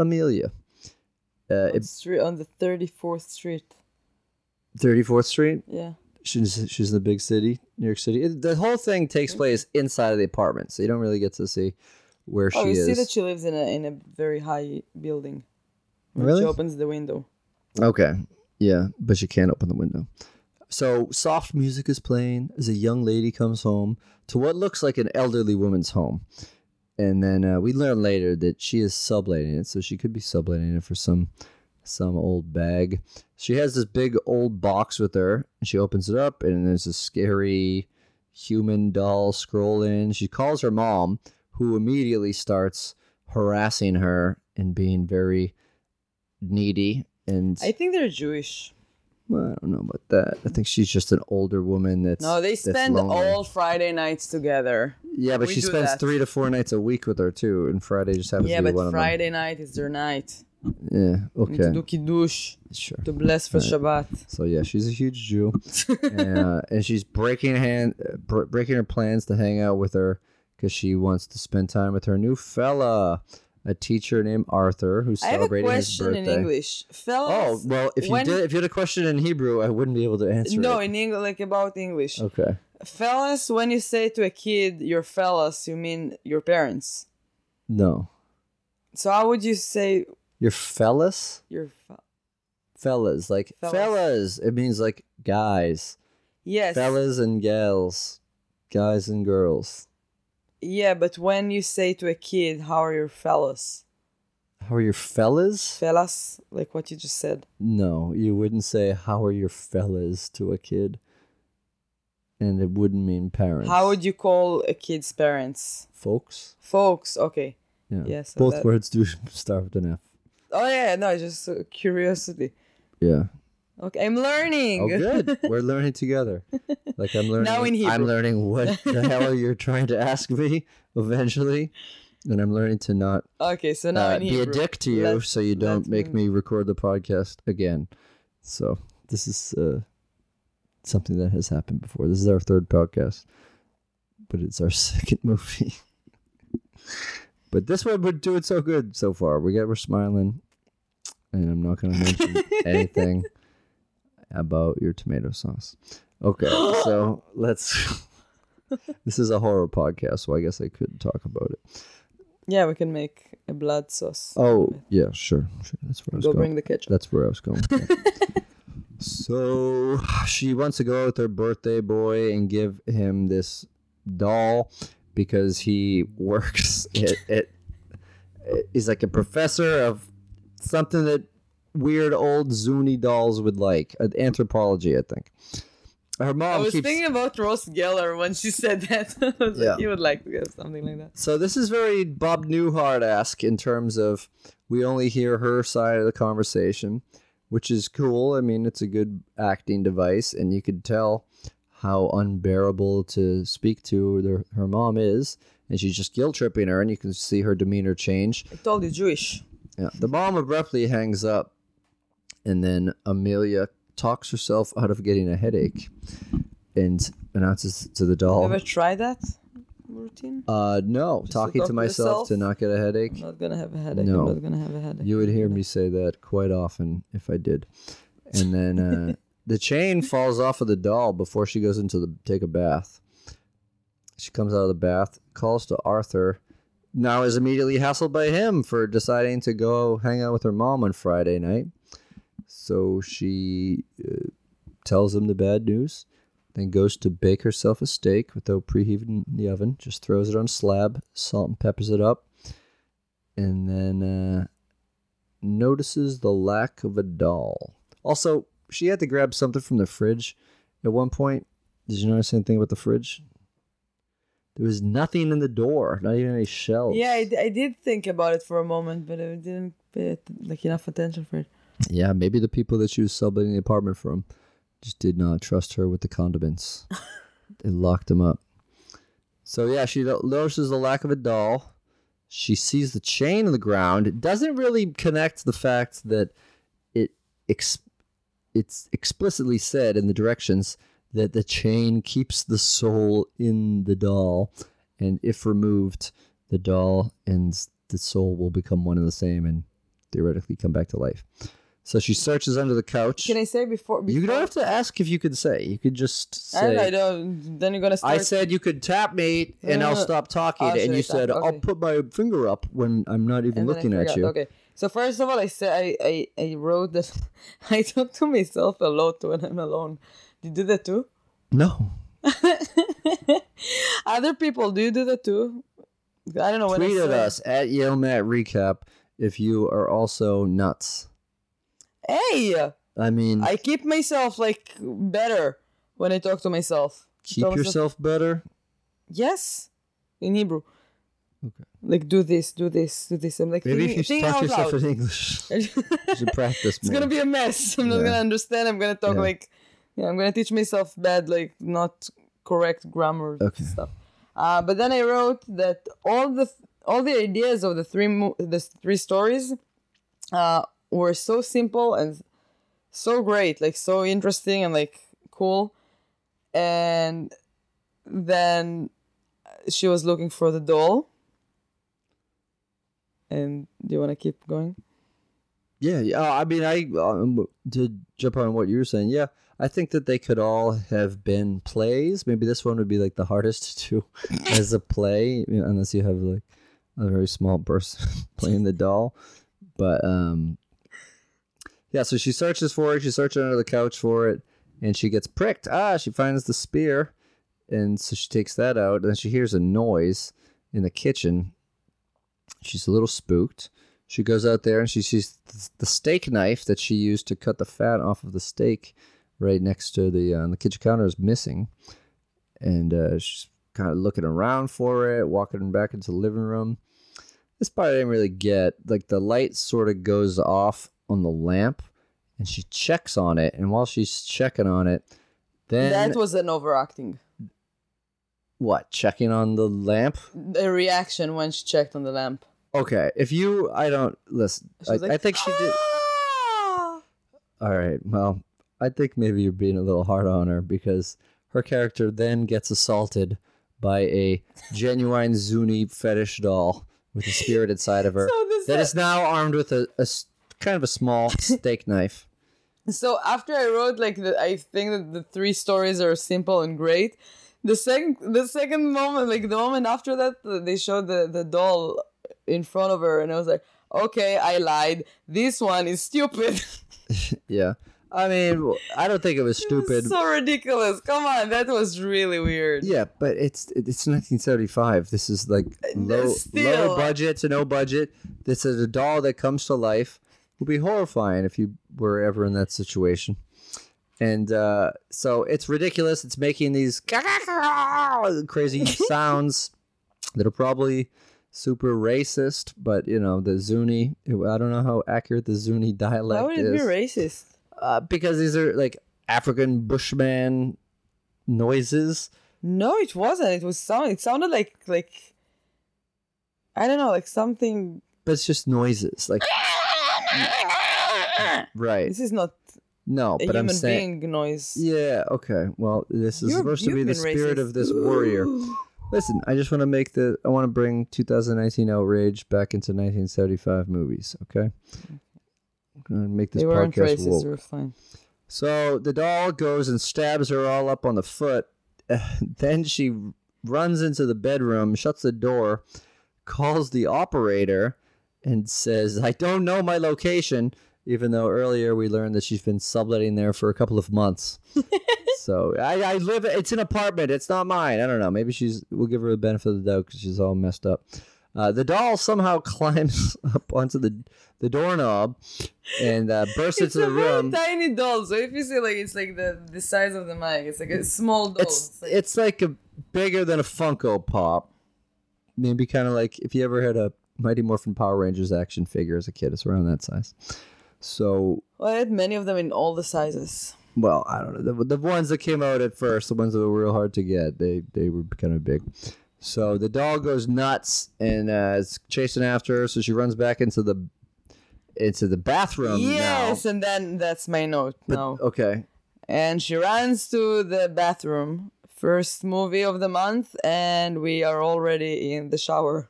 Speaker 2: Amelia. Uh,
Speaker 1: on, stre- on the thirty fourth street,
Speaker 2: 34th Street,
Speaker 1: yeah.
Speaker 2: she's she's in the big city, New York City. It- the whole thing takes place inside of the apartment, so you don't really get to see where
Speaker 1: Oh,
Speaker 2: she
Speaker 1: you
Speaker 2: is.
Speaker 1: see that she lives in a in a very high building. When
Speaker 2: Really?
Speaker 1: She opens the window.
Speaker 2: okay, yeah, but you can't open the window. So soft music is playing as a young lady comes home to what looks like an elderly woman's home, and then uh, we learn later that she is subletting it, so she could be subletting it for some some old bag. She has this big old box with her, and she opens it up, and there's a scary human doll scrolling. She calls her mom, who immediately starts harassing her and being very needy. And
Speaker 1: I think they're Jewish.
Speaker 2: well, I don't know about that. I think she's just an older woman that's
Speaker 1: No, they
Speaker 2: that's
Speaker 1: spend
Speaker 2: lonely.
Speaker 1: all Friday nights together.
Speaker 2: Yeah, but
Speaker 1: we
Speaker 2: she
Speaker 1: do
Speaker 2: spends
Speaker 1: that.
Speaker 2: three to four nights a week with her too, and Friday just happens
Speaker 1: Yeah,
Speaker 2: to be
Speaker 1: but
Speaker 2: one
Speaker 1: Friday night is their night.
Speaker 2: of them. Yeah,
Speaker 1: We need to
Speaker 2: okay,
Speaker 1: do kiddush
Speaker 2: sure.
Speaker 1: to bless for Shabbat.
Speaker 2: So yeah, she's a huge Jew, uh, and she's breaking hand, uh, br- breaking her plans to hang out with her because she wants to spend time with her new fella. a teacher named Arthur who's
Speaker 1: I have a
Speaker 2: celebrating his
Speaker 1: question in
Speaker 2: birthday.
Speaker 1: English,
Speaker 2: Oh
Speaker 1: fellas.
Speaker 2: well, if you
Speaker 1: when-
Speaker 2: did, if you had a question in Hebrew, I wouldn't be able to answer
Speaker 1: no,
Speaker 2: it.
Speaker 1: in English, like about English,
Speaker 2: Okay.
Speaker 1: fellas. When you say to a kid, "Your fellas," you mean your parents.
Speaker 2: No,
Speaker 1: So how would you say
Speaker 2: your fellas,
Speaker 1: your? Fel-
Speaker 2: fellas, like
Speaker 1: Fellas.
Speaker 2: fellas. It means like guys,
Speaker 1: yes.
Speaker 2: fellas and gals, guys and girls.
Speaker 1: Yeah, but when you say to a kid, "How are your fellas?"
Speaker 2: How are your fellas?
Speaker 1: Fellas, like what you just said.
Speaker 2: No, you wouldn't say how are your fellas to a kid, and it wouldn't mean parents.
Speaker 1: How would you call a kid's parents?
Speaker 2: folks?
Speaker 1: Folks, okay.
Speaker 2: Yeah.
Speaker 1: Yeah, so
Speaker 2: Both
Speaker 1: that-
Speaker 2: words do start with an F.
Speaker 1: Oh yeah, no, it's just uh, curiosity.
Speaker 2: Yeah.
Speaker 1: Okay, I'm learning.
Speaker 2: Oh, good. We're learning together. Like I'm learning.
Speaker 1: Now in
Speaker 2: I'm
Speaker 1: Hebrew.
Speaker 2: learning what the hell you're trying to ask me eventually, and I'm learning to not
Speaker 1: okay, so now
Speaker 2: uh,
Speaker 1: in
Speaker 2: be a
Speaker 1: Hebrew.
Speaker 2: dick to you,
Speaker 1: Let's-
Speaker 2: so you don't
Speaker 1: let
Speaker 2: make
Speaker 1: me-
Speaker 2: me record the podcast again. So this is uh, something that has happened before. This is our third podcast, but it's our second movie. but this one we're doing so good so far. We got we're smiling, and I'm not going to mention anything about your tomato sauce. Okay, so let's. this is a horror podcast, so I guess I could talk about it.
Speaker 1: Yeah, we can make a blood sauce.
Speaker 2: Oh yeah, sure, sure. That's where I was
Speaker 1: Go
Speaker 2: going.
Speaker 1: bring the ketchup.
Speaker 2: That's where I was going. with that. so she wants to go with her birthday boy and give him this doll because he works at, at, at- he's like a professor of something that weird old Zuni dolls would like uh, anthropology, I think. Her
Speaker 1: I
Speaker 2: mom
Speaker 1: was
Speaker 2: keeps
Speaker 1: thinking about Rose Geller when she said that. I was
Speaker 2: Yeah.
Speaker 1: like, you would like to get something like that.
Speaker 2: So this is very Bob Newhart esque in terms of we only hear her side of the conversation, which is cool. I mean, it's a good acting device, and you could tell how unbearable to speak to their, her mom is, and she's just guilt tripping her, and you can see her demeanor change.
Speaker 1: I told you, Jewish.
Speaker 2: Yeah. The mom abruptly hangs up, and then Amelia talks herself out of getting a headache, and announces to the doll.
Speaker 1: Ever try that routine?
Speaker 2: Uh, no,
Speaker 1: to
Speaker 2: talking
Speaker 1: talk
Speaker 2: to
Speaker 1: to
Speaker 2: myself to
Speaker 1: yourself?
Speaker 2: not get a headache.
Speaker 1: I'm not gonna have a headache.
Speaker 2: No.
Speaker 1: I'm not gonna have a headache.
Speaker 2: You would hear me say that quite often if I did. And then uh, the chain falls off of the doll before she goes into the take a bath. She comes out of the bath, calls to Arthur. Now is immediately hassled by him for deciding to go hang out with her mom on Friday night. So she uh, tells him the bad news, then goes to bake herself a steak without preheating the oven. Just throws it on a slab, salt and peppers it up, and then uh, notices the lack of a doll. Also, she had to grab something from the fridge at one point. Did you notice anything about the fridge? There was nothing in the door, not even any shelves.
Speaker 1: Yeah, I, d- I did think about it for a moment, but I didn't pay at- like enough attention for it.
Speaker 2: Yeah, maybe the people that she was subletting the apartment from just did not trust her with the condiments. they locked them up. So yeah, she no- notices the lack of a doll. She sees the chain on the ground. It doesn't really connect the fact that it ex- it's explicitly said in the directions that the chain keeps the soul in the doll, and if removed, the doll and the soul will become one and the same, and theoretically come back to life. So she searches under the couch.
Speaker 1: Can I say before? before
Speaker 2: you don't have to ask if you could say. You could just
Speaker 1: I don't, know, I
Speaker 2: say.
Speaker 1: don't. Then you're gonna
Speaker 2: I,
Speaker 1: start.
Speaker 2: said you could tap me, and
Speaker 1: No,
Speaker 2: I'll
Speaker 1: no, no.
Speaker 2: stop talking.
Speaker 1: Oh,
Speaker 2: and
Speaker 1: sorry,
Speaker 2: you
Speaker 1: stop.
Speaker 2: said, "I'll
Speaker 1: Okay.
Speaker 2: put my finger up when I'm not even
Speaker 1: and then I
Speaker 2: looking at
Speaker 1: forgot.
Speaker 2: you."
Speaker 1: Okay. So first of all, I said I I, I wrote that I talk to myself a lot when I'm alone. Do you do that too?
Speaker 2: No.
Speaker 1: Other people do you do that too. I don't know when I
Speaker 2: Tweet at
Speaker 1: saw-
Speaker 2: us at Yale Matt Recap if you are also nuts.
Speaker 1: Hey,
Speaker 2: I mean,
Speaker 1: I keep myself like better when I talk to myself.
Speaker 2: keep
Speaker 1: told myself-
Speaker 2: yourself better.
Speaker 1: Yes, in Hebrew.
Speaker 2: Okay.
Speaker 1: Like do this, do this, do this. I'm like
Speaker 2: Maybe
Speaker 1: thinking,
Speaker 2: if you
Speaker 1: thinking
Speaker 2: talk
Speaker 1: out
Speaker 2: yourself
Speaker 1: loud.
Speaker 2: in English, you
Speaker 1: it's
Speaker 2: should practice. more.
Speaker 1: gonna be a mess. I'm not
Speaker 2: Yeah.
Speaker 1: gonna understand. I'm gonna talk
Speaker 2: Yeah.
Speaker 1: like, yeah, I'm gonna teach myself bad, like not correct grammar
Speaker 2: Okay.
Speaker 1: stuff. Uh, but then I wrote that all the all the ideas of the three mo- the three stories uh, were so simple and so great, like so interesting and like cool. And then she was looking for the doll. And do you want to keep going?
Speaker 2: Yeah, yeah. I mean, I um, to jump on what you were saying. Yeah, I think that they could all have been plays. Maybe this one would be like the hardest to do as a play, you know, unless you have like a very small person playing the doll. But um, yeah. So she searches for it. She's searching under the couch for it, and she gets pricked. Ah, she finds the spear, and so she takes that out. And then she hears a noise in the kitchen. She's a little spooked. She goes out there and she sees th- the steak knife that she used to cut the fat off of the steak, right next to the uh, on the kitchen counter, is missing. And uh, she's kind of looking around for it, walking back into the living room. This part I didn't really get. Like the light sort of goes off on the lamp, and she checks on it. And while she's checking on it, then
Speaker 1: that was an overacting.
Speaker 2: what? Checking on the lamp?
Speaker 1: The reaction when she checked on the lamp.
Speaker 2: Okay. If you, I don't listen.
Speaker 1: She
Speaker 2: I,
Speaker 1: was like,
Speaker 2: I think she did.
Speaker 1: "Ah!"
Speaker 2: All right. Well, I think maybe you're being a little hard on her because her character then gets assaulted by a genuine Zuni fetish doll with a spirit inside of her
Speaker 1: So this
Speaker 2: that is now armed with a, a s- kind of a small steak knife.
Speaker 1: So after I wrote like the, I think that the three stories are simple and great. The second, the second moment, like the moment after that, uh, they showed the the doll in front of her, and I was like, okay, I lied. This one is stupid.
Speaker 2: Yeah. I mean, w- I don't think it was stupid.
Speaker 1: so ridiculous. Come on, that was really weird.
Speaker 2: yeah, but it's it's 1975. This is like low
Speaker 1: Uh, still.
Speaker 2: low budget to no budget. This is a doll that comes to life. Would be horrifying if you were ever in that situation. And uh, so it's ridiculous. It's making these crazy sounds that are probably super racist. But you know the Zuni. I don't know how accurate the Zuni dialect
Speaker 1: Why would
Speaker 2: is
Speaker 1: it be racist?
Speaker 2: uh, because these are like African bushman noises.
Speaker 1: No, it wasn't. It was sound. It sounded like like I don't know, like something.
Speaker 2: But it's just noises, like right?
Speaker 1: This is not
Speaker 2: No,
Speaker 1: a
Speaker 2: but I'm
Speaker 1: human
Speaker 2: saying,
Speaker 1: being noise.
Speaker 2: yeah, okay. Well, this is
Speaker 1: You're-
Speaker 2: supposed to
Speaker 1: you've
Speaker 2: be the
Speaker 1: been
Speaker 2: spirit
Speaker 1: racist.
Speaker 2: of this warrior. Listen, I just want to make the, I want to bring 2019 outrage back into 1975 movies. Okay, I'm gonna make this
Speaker 1: They weren't
Speaker 2: podcast
Speaker 1: racist.
Speaker 2: woke.
Speaker 1: They were fine.
Speaker 2: So the doll goes and stabs her all up on the foot. then she runs into the bedroom, shuts the door, calls the operator, and says, I don't know my location, even though earlier we learned that she's been subletting there for a couple of months. so I, I live, it's an apartment, it's not mine. I don't know. Maybe she's, we'll give her the benefit of the doubt because she's all messed up. Uh, the doll somehow climbs up onto the, the doorknob and uh, bursts
Speaker 1: It's
Speaker 2: into
Speaker 1: a
Speaker 2: the
Speaker 1: very
Speaker 2: room.
Speaker 1: tiny doll. So if you see like it's like the the size of the mic, it's like a small doll.
Speaker 2: It's it's like a bigger than a Funko Pop. Maybe kind of like if you ever had a Mighty Morphin Power Rangers action figure as a kid. It's around that size. So
Speaker 1: well, I had many of them in all the sizes.
Speaker 2: well, I don't know. The, the ones that came out at first, the ones that were real hard to get, they they were kind of big. So the doll goes nuts and uh, is chasing after her. So she runs back into the into the bathroom. now.
Speaker 1: yes, and then that's my note. no,
Speaker 2: Okay.
Speaker 1: and she runs to the bathroom. First movie of the month, and we are already in the shower.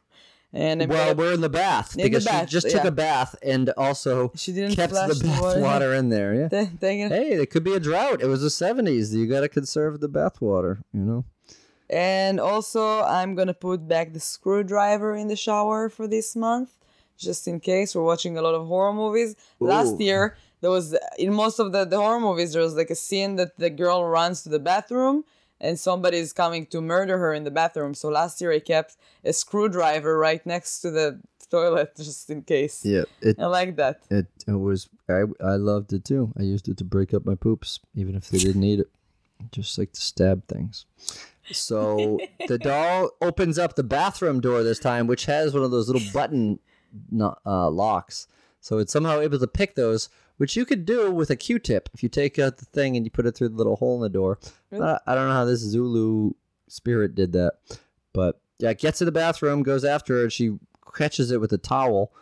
Speaker 1: And I'm
Speaker 2: Well,
Speaker 1: gonna-
Speaker 2: we're in the bath
Speaker 1: In the
Speaker 2: because
Speaker 1: bath,
Speaker 2: she just took
Speaker 1: yeah.
Speaker 2: a bath and also
Speaker 1: She didn't
Speaker 2: kept
Speaker 1: flush
Speaker 2: the
Speaker 1: the
Speaker 2: bath water.
Speaker 1: water.
Speaker 2: in there. Yeah.
Speaker 1: Th- thank you.
Speaker 2: Hey, it could be a drought. It was the seventies. You got to conserve the bath water. You know.
Speaker 1: And also, I'm gonna put back the screwdriver in the shower for this month, just in case we're watching a lot of horror movies. Last
Speaker 2: Ooh.
Speaker 1: year, there was in most of the, the horror movies, there was like a scene that the girl runs to the bathroom and somebody is coming to murder her in the bathroom. So last year, I kept a screwdriver right next to the toilet just in case.
Speaker 2: Yeah. It
Speaker 1: I like that.
Speaker 2: it, it was. I I loved it too. I used it to break up my poops, even if they didn't eat it. Just like to stab things. So the doll opens up the bathroom door this time, which has one of those little button no- uh, locks. So it's somehow able to pick those, which you could do with a Q-tip if you take out the thing and you put it through the little hole in the door. Uh, I- I don't know how this Zulu spirit did that, but yeah, it gets to the bathroom, goes after her, and she catches it with a towel,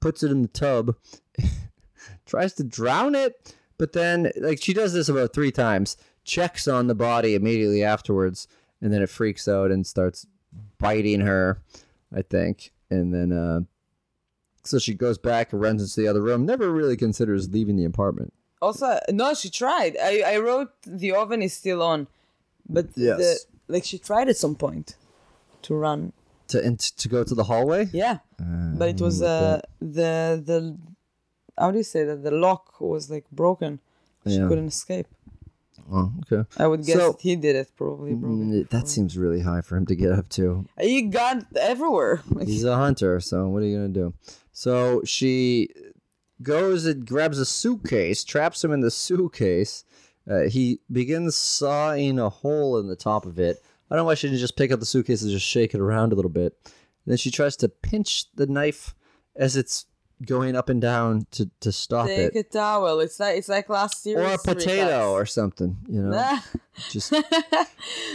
Speaker 2: puts it in the tub, tries to drown it, but then like she does this about three times, checks on the body immediately afterwards, and then it freaks out and starts biting her, I think, and then uh, So she goes back and runs into the other room, never really considers leaving the apartment.
Speaker 1: Also, no, she tried. I, I wrote the oven is still on, but
Speaker 2: Yes.
Speaker 1: the, like she tried at some point to run.
Speaker 2: To and to go to the hallway?
Speaker 1: Yeah, but it
Speaker 2: Um,
Speaker 1: was uh, the the how do you say that the lock was like broken. She
Speaker 2: Yeah.
Speaker 1: couldn't escape.
Speaker 2: Oh, okay.
Speaker 1: I would guess
Speaker 2: So-
Speaker 1: he did it probably. probably.
Speaker 2: Mm, That seems really high for him to get up to.
Speaker 1: He got everywhere. Like,
Speaker 2: He's a hunter, so what are you gonna do? So she goes and grabs a suitcase, traps him in the suitcase. Uh, he begins sawing a hole in the top of it. I don't know why she didn't just pick up the suitcase and just shake it around a little bit. then she tries to pinch the knife as it's going up and down to to stop
Speaker 1: Take
Speaker 2: it,
Speaker 1: a towel. It's like it's like last year.
Speaker 2: or a potato or something. You know, just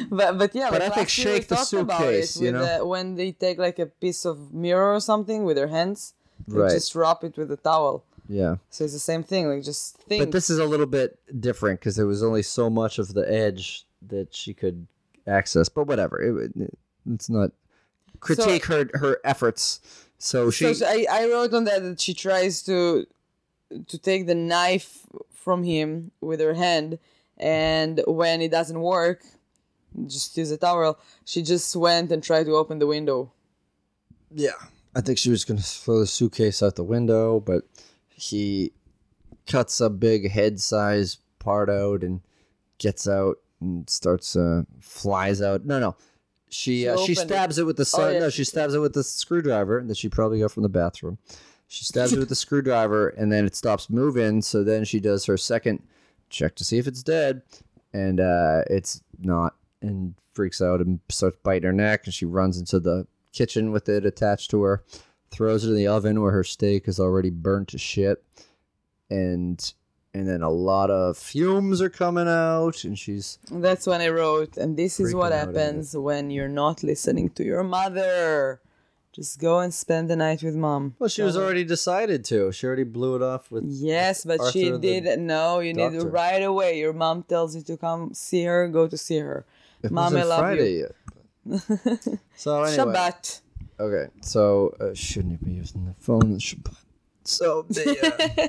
Speaker 1: but but yeah,
Speaker 2: But
Speaker 1: like
Speaker 2: I think
Speaker 1: last year we
Speaker 2: shake the
Speaker 1: talked about it
Speaker 2: suitcase, you
Speaker 1: with
Speaker 2: know?
Speaker 1: the- when they take like a piece of mirror or something with their hands, they
Speaker 2: Right.
Speaker 1: just wrap it with a towel.
Speaker 2: yeah.
Speaker 1: So it's the same thing. Like just think.
Speaker 2: But this is a little bit different because there was only so much of the edge that she could access. But whatever, it, it, it's not critique her her efforts. So
Speaker 1: so
Speaker 2: she,
Speaker 1: she- I, I wrote on that that she tries to to take the knife from him with her hand, and when it doesn't work, just use a towel. She just went and tried to open the window.
Speaker 2: yeah, I think she was gonna throw the suitcase out the window, but he cuts a big head size part out and gets out and starts uh flies out. No, no. She uh, she
Speaker 1: opened it.
Speaker 2: stabs it with the si-
Speaker 1: Oh, yeah,
Speaker 2: no
Speaker 1: she
Speaker 2: she stabs it with the screwdriver that she probably got from the bathroom. She stabs it with the screwdriver and then it stops moving. So then she does her second check to see if it's dead, and uh, it's not. And freaks out and starts biting her neck. And she runs into the kitchen with it attached to her, throws it in the oven where her steak is already burnt to shit, and and then a lot of fumes are coming out. And she's
Speaker 1: That's when I wrote, and this is what
Speaker 2: Freaking out at it.
Speaker 1: happens when you're not listening to your mother. Just go and spend the night with mom.
Speaker 2: well, she was
Speaker 1: Tell her-
Speaker 2: already decided to. She already blew it off with
Speaker 1: Yes, but she
Speaker 2: Arthur the
Speaker 1: did. No, you need
Speaker 2: doctor.
Speaker 1: to right away. Your mom tells you to come see her. Go to see her.
Speaker 2: It
Speaker 1: Mom,
Speaker 2: wasn't
Speaker 1: I love
Speaker 2: Friday
Speaker 1: you.
Speaker 2: yet. so anyway,
Speaker 1: Shabbat.
Speaker 2: okay. So uh, shouldn't you be using the phone? Shabbat. So they, uh,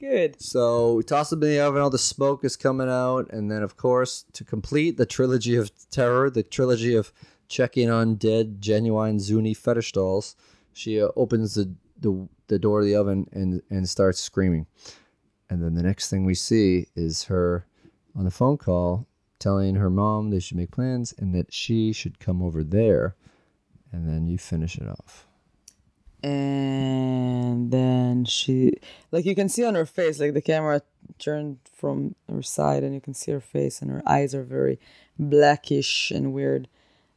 Speaker 1: Good.
Speaker 2: so we toss them in the oven. All the smoke is coming out, and then of course to complete the trilogy of terror, the trilogy of checking on dead genuine Zuni fetish dolls, she uh, opens the, the the door of the oven and and starts screaming. And then the next thing we see is her on the phone call telling her mom they should make plans and that she should come over there. And then you finish it off.
Speaker 1: And then she, like, you can see on her face, like, the camera turned from her side, and you can see her face, and her eyes are very blackish and weird.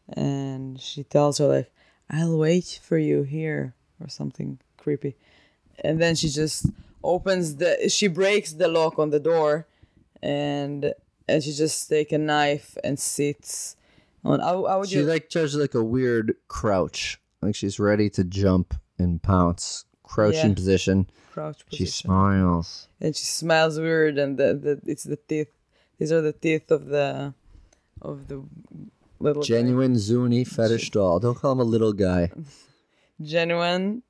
Speaker 1: And she tells her, like, I'll wait for you here, or something creepy. And then she just opens the, she breaks the lock on the door, and and she just take a knife and sits on. How, how would
Speaker 2: She
Speaker 1: you?
Speaker 2: like does like a weird crouch, like she's ready to jump and pounce, crouching
Speaker 1: Yeah.
Speaker 2: position.
Speaker 1: crouch
Speaker 2: She smiles.
Speaker 1: and she smells weird and the, the it's the teeth these are the teeth of the of the little guy.
Speaker 2: Genuine Zuni fetish doll. Don't call him a little guy.
Speaker 1: genuine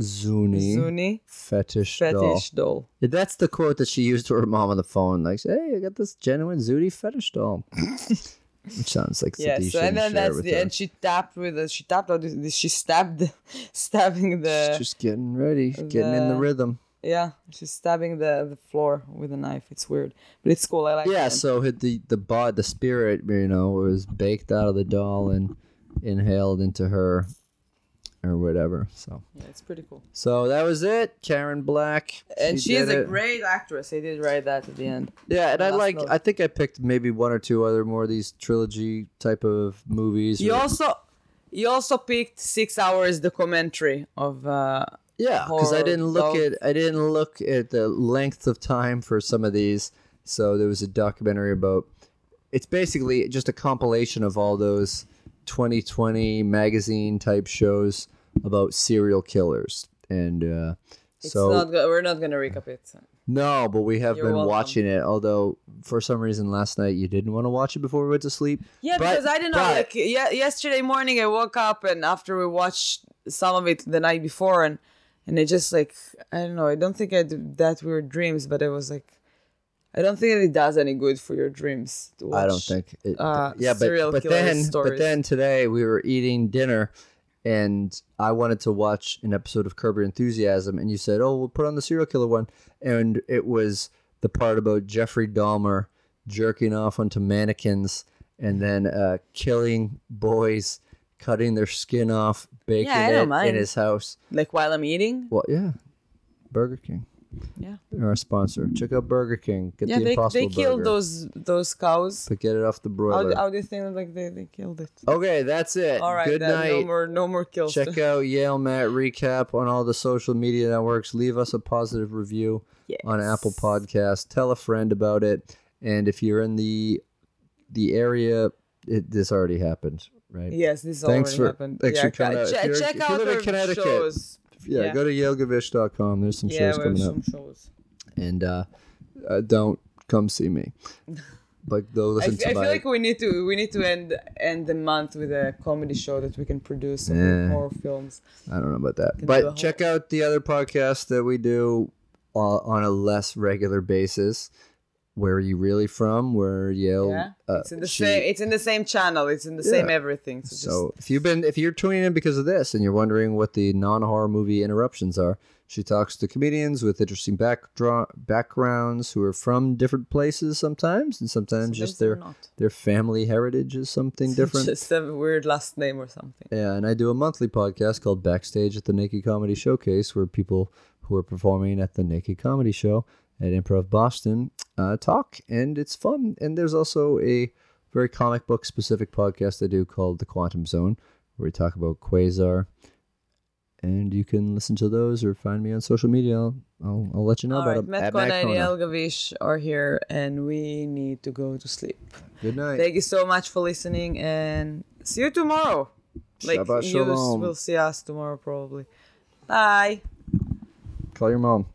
Speaker 2: Zuni,
Speaker 1: zuni
Speaker 2: fetish, doll.
Speaker 1: fetish doll
Speaker 2: That's the quote that she used to her mom on the phone. Like, hey, I got this genuine Zuni fetish doll. Which sounds like
Speaker 1: yeah
Speaker 2: something you
Speaker 1: so and
Speaker 2: shouldn't
Speaker 1: then
Speaker 2: share
Speaker 1: that's
Speaker 2: with
Speaker 1: the
Speaker 2: her.
Speaker 1: and she tapped with the she tapped out this she stabbed stabbing the
Speaker 2: She's just getting ready, getting in the
Speaker 1: the-
Speaker 2: rhythm.
Speaker 1: yeah she's stabbing the the floor with a knife it's weird but it's cool i like
Speaker 2: Yeah,
Speaker 1: that.
Speaker 2: so hit the the bod, the spirit, you know, was baked out of the doll and inhaled into her, or whatever. So,
Speaker 1: yeah it's pretty cool
Speaker 2: so that was it. Karen Black,
Speaker 1: and she, is
Speaker 2: did
Speaker 1: a
Speaker 2: it.
Speaker 1: great actress i did write that at the end
Speaker 2: yeah. And I
Speaker 1: last
Speaker 2: like.
Speaker 1: note.
Speaker 2: I think I picked maybe one or two other more of these trilogy type of movies.
Speaker 1: you
Speaker 2: or-
Speaker 1: also you also picked six hours documentary of uh
Speaker 2: Yeah, because I
Speaker 1: horror
Speaker 2: didn't look
Speaker 1: doc-
Speaker 2: at I didn't look at the length of time for some of these. So there was a documentary about. It's basically just a compilation of all those 2020 magazine type shows about serial killers, and uh,
Speaker 1: It's
Speaker 2: so
Speaker 1: not. Go- we're not gonna recap it.
Speaker 2: no, but we have
Speaker 1: You're
Speaker 2: been
Speaker 1: welcome.
Speaker 2: watching it. Although for some reason last night you didn't want to watch it before we went to sleep.
Speaker 1: Yeah,
Speaker 2: But-
Speaker 1: because I don't know.
Speaker 2: but-
Speaker 1: like yeah, yesterday morning, I woke up and after we watched some of it the night before, and and it just like I don't know. I don't think I had that weird dreams, but I was like, I don't think it does any good for your dreams. To watch.
Speaker 2: I don't think. It,
Speaker 1: uh,
Speaker 2: yeah, but
Speaker 1: serial
Speaker 2: but
Speaker 1: killer
Speaker 2: then but
Speaker 1: stories.
Speaker 2: then today we were eating dinner, and I wanted to watch an episode of Curb Your Enthusiasm, and you said, "Oh, we'll put on the serial killer one," and it was the part about Jeffrey Dahmer jerking off onto mannequins and then uh, killing boys, cutting their skin off, baking
Speaker 1: I don't
Speaker 2: it in
Speaker 1: mind.
Speaker 2: his house.
Speaker 1: Like while I'm eating,
Speaker 2: Well, yeah, Burger King.
Speaker 1: Yeah.
Speaker 2: our sponsor. Check out Burger King. Get
Speaker 1: yeah,
Speaker 2: the
Speaker 1: they
Speaker 2: Impossible
Speaker 1: they killed
Speaker 2: Burger,
Speaker 1: those those cows.
Speaker 2: But get it off the broiler.
Speaker 1: How, how do you think like they, they killed it?
Speaker 2: Okay, that's it.
Speaker 1: All right,
Speaker 2: Good
Speaker 1: then,
Speaker 2: night.
Speaker 1: no more no more kills.
Speaker 2: Check out Yale Matt recap on all the social media networks. Leave us a positive review on Apple Podcasts. Tell a friend about it. And if you're in the the area, it, this already happened, right?
Speaker 1: Yes, this
Speaker 2: Thanks
Speaker 1: already
Speaker 2: for-
Speaker 1: happened.
Speaker 2: thanks for
Speaker 1: yeah,
Speaker 2: coming out.
Speaker 1: guys,
Speaker 2: If
Speaker 1: che-
Speaker 2: you're-
Speaker 1: check
Speaker 2: if you
Speaker 1: out
Speaker 2: live in
Speaker 1: their
Speaker 2: Connecticut,
Speaker 1: shows.
Speaker 2: Yeah,
Speaker 1: Yeah.
Speaker 2: go to yalegavish.com. There's some
Speaker 1: Yeah,
Speaker 2: shows
Speaker 1: we have
Speaker 2: coming up.
Speaker 1: some shows.
Speaker 2: And uh, uh, don't come see me. But go
Speaker 1: I
Speaker 2: listen
Speaker 1: f- I
Speaker 2: to my.
Speaker 1: feel like we need to we need to end end the month with a comedy show that we can produce and
Speaker 2: Yeah.
Speaker 1: more films.
Speaker 2: I don't know about that.
Speaker 1: Can
Speaker 2: But
Speaker 1: do a whole-
Speaker 2: check out the other podcast that we do uh, on a less regular basis. Where are you really from? Where Yale?
Speaker 1: Yeah,
Speaker 2: uh,
Speaker 1: it's in the
Speaker 2: she-
Speaker 1: same it's in the same channel. It's in the
Speaker 2: Yeah.
Speaker 1: same everything. So,
Speaker 2: So if you've been, if you're tuning in because of this, and you're wondering what the non-horror movie interruptions are, she talks to comedians with interesting backdra- backgrounds who are from different places sometimes, and sometimes
Speaker 1: just, sometimes
Speaker 2: just
Speaker 1: they're
Speaker 2: their
Speaker 1: not.
Speaker 2: their family heritage is something different.
Speaker 1: Just have a weird last name or something.
Speaker 2: Yeah, and I do a monthly podcast called Backstage at the Naked Comedy Showcase, where people who are performing at the Naked Comedy Show at Improv Boston uh, talk, and it's fun. And there's also a very comic book specific podcast I do called The Quantum Zone, where we talk about Quasar. And you can listen to those or find me on social media. I'll, I'll, I'll let you know
Speaker 1: All
Speaker 2: about
Speaker 1: right,
Speaker 2: it. at
Speaker 1: Metcon
Speaker 2: Matt
Speaker 1: and
Speaker 2: Kona.
Speaker 1: Elgavish are here, and we need to go to sleep.
Speaker 2: Good night.
Speaker 1: Thank you so much for listening, and see you tomorrow. Like
Speaker 2: Shabbat
Speaker 1: you
Speaker 2: shalom.
Speaker 1: will see us tomorrow probably. Bye.
Speaker 2: Call your mom.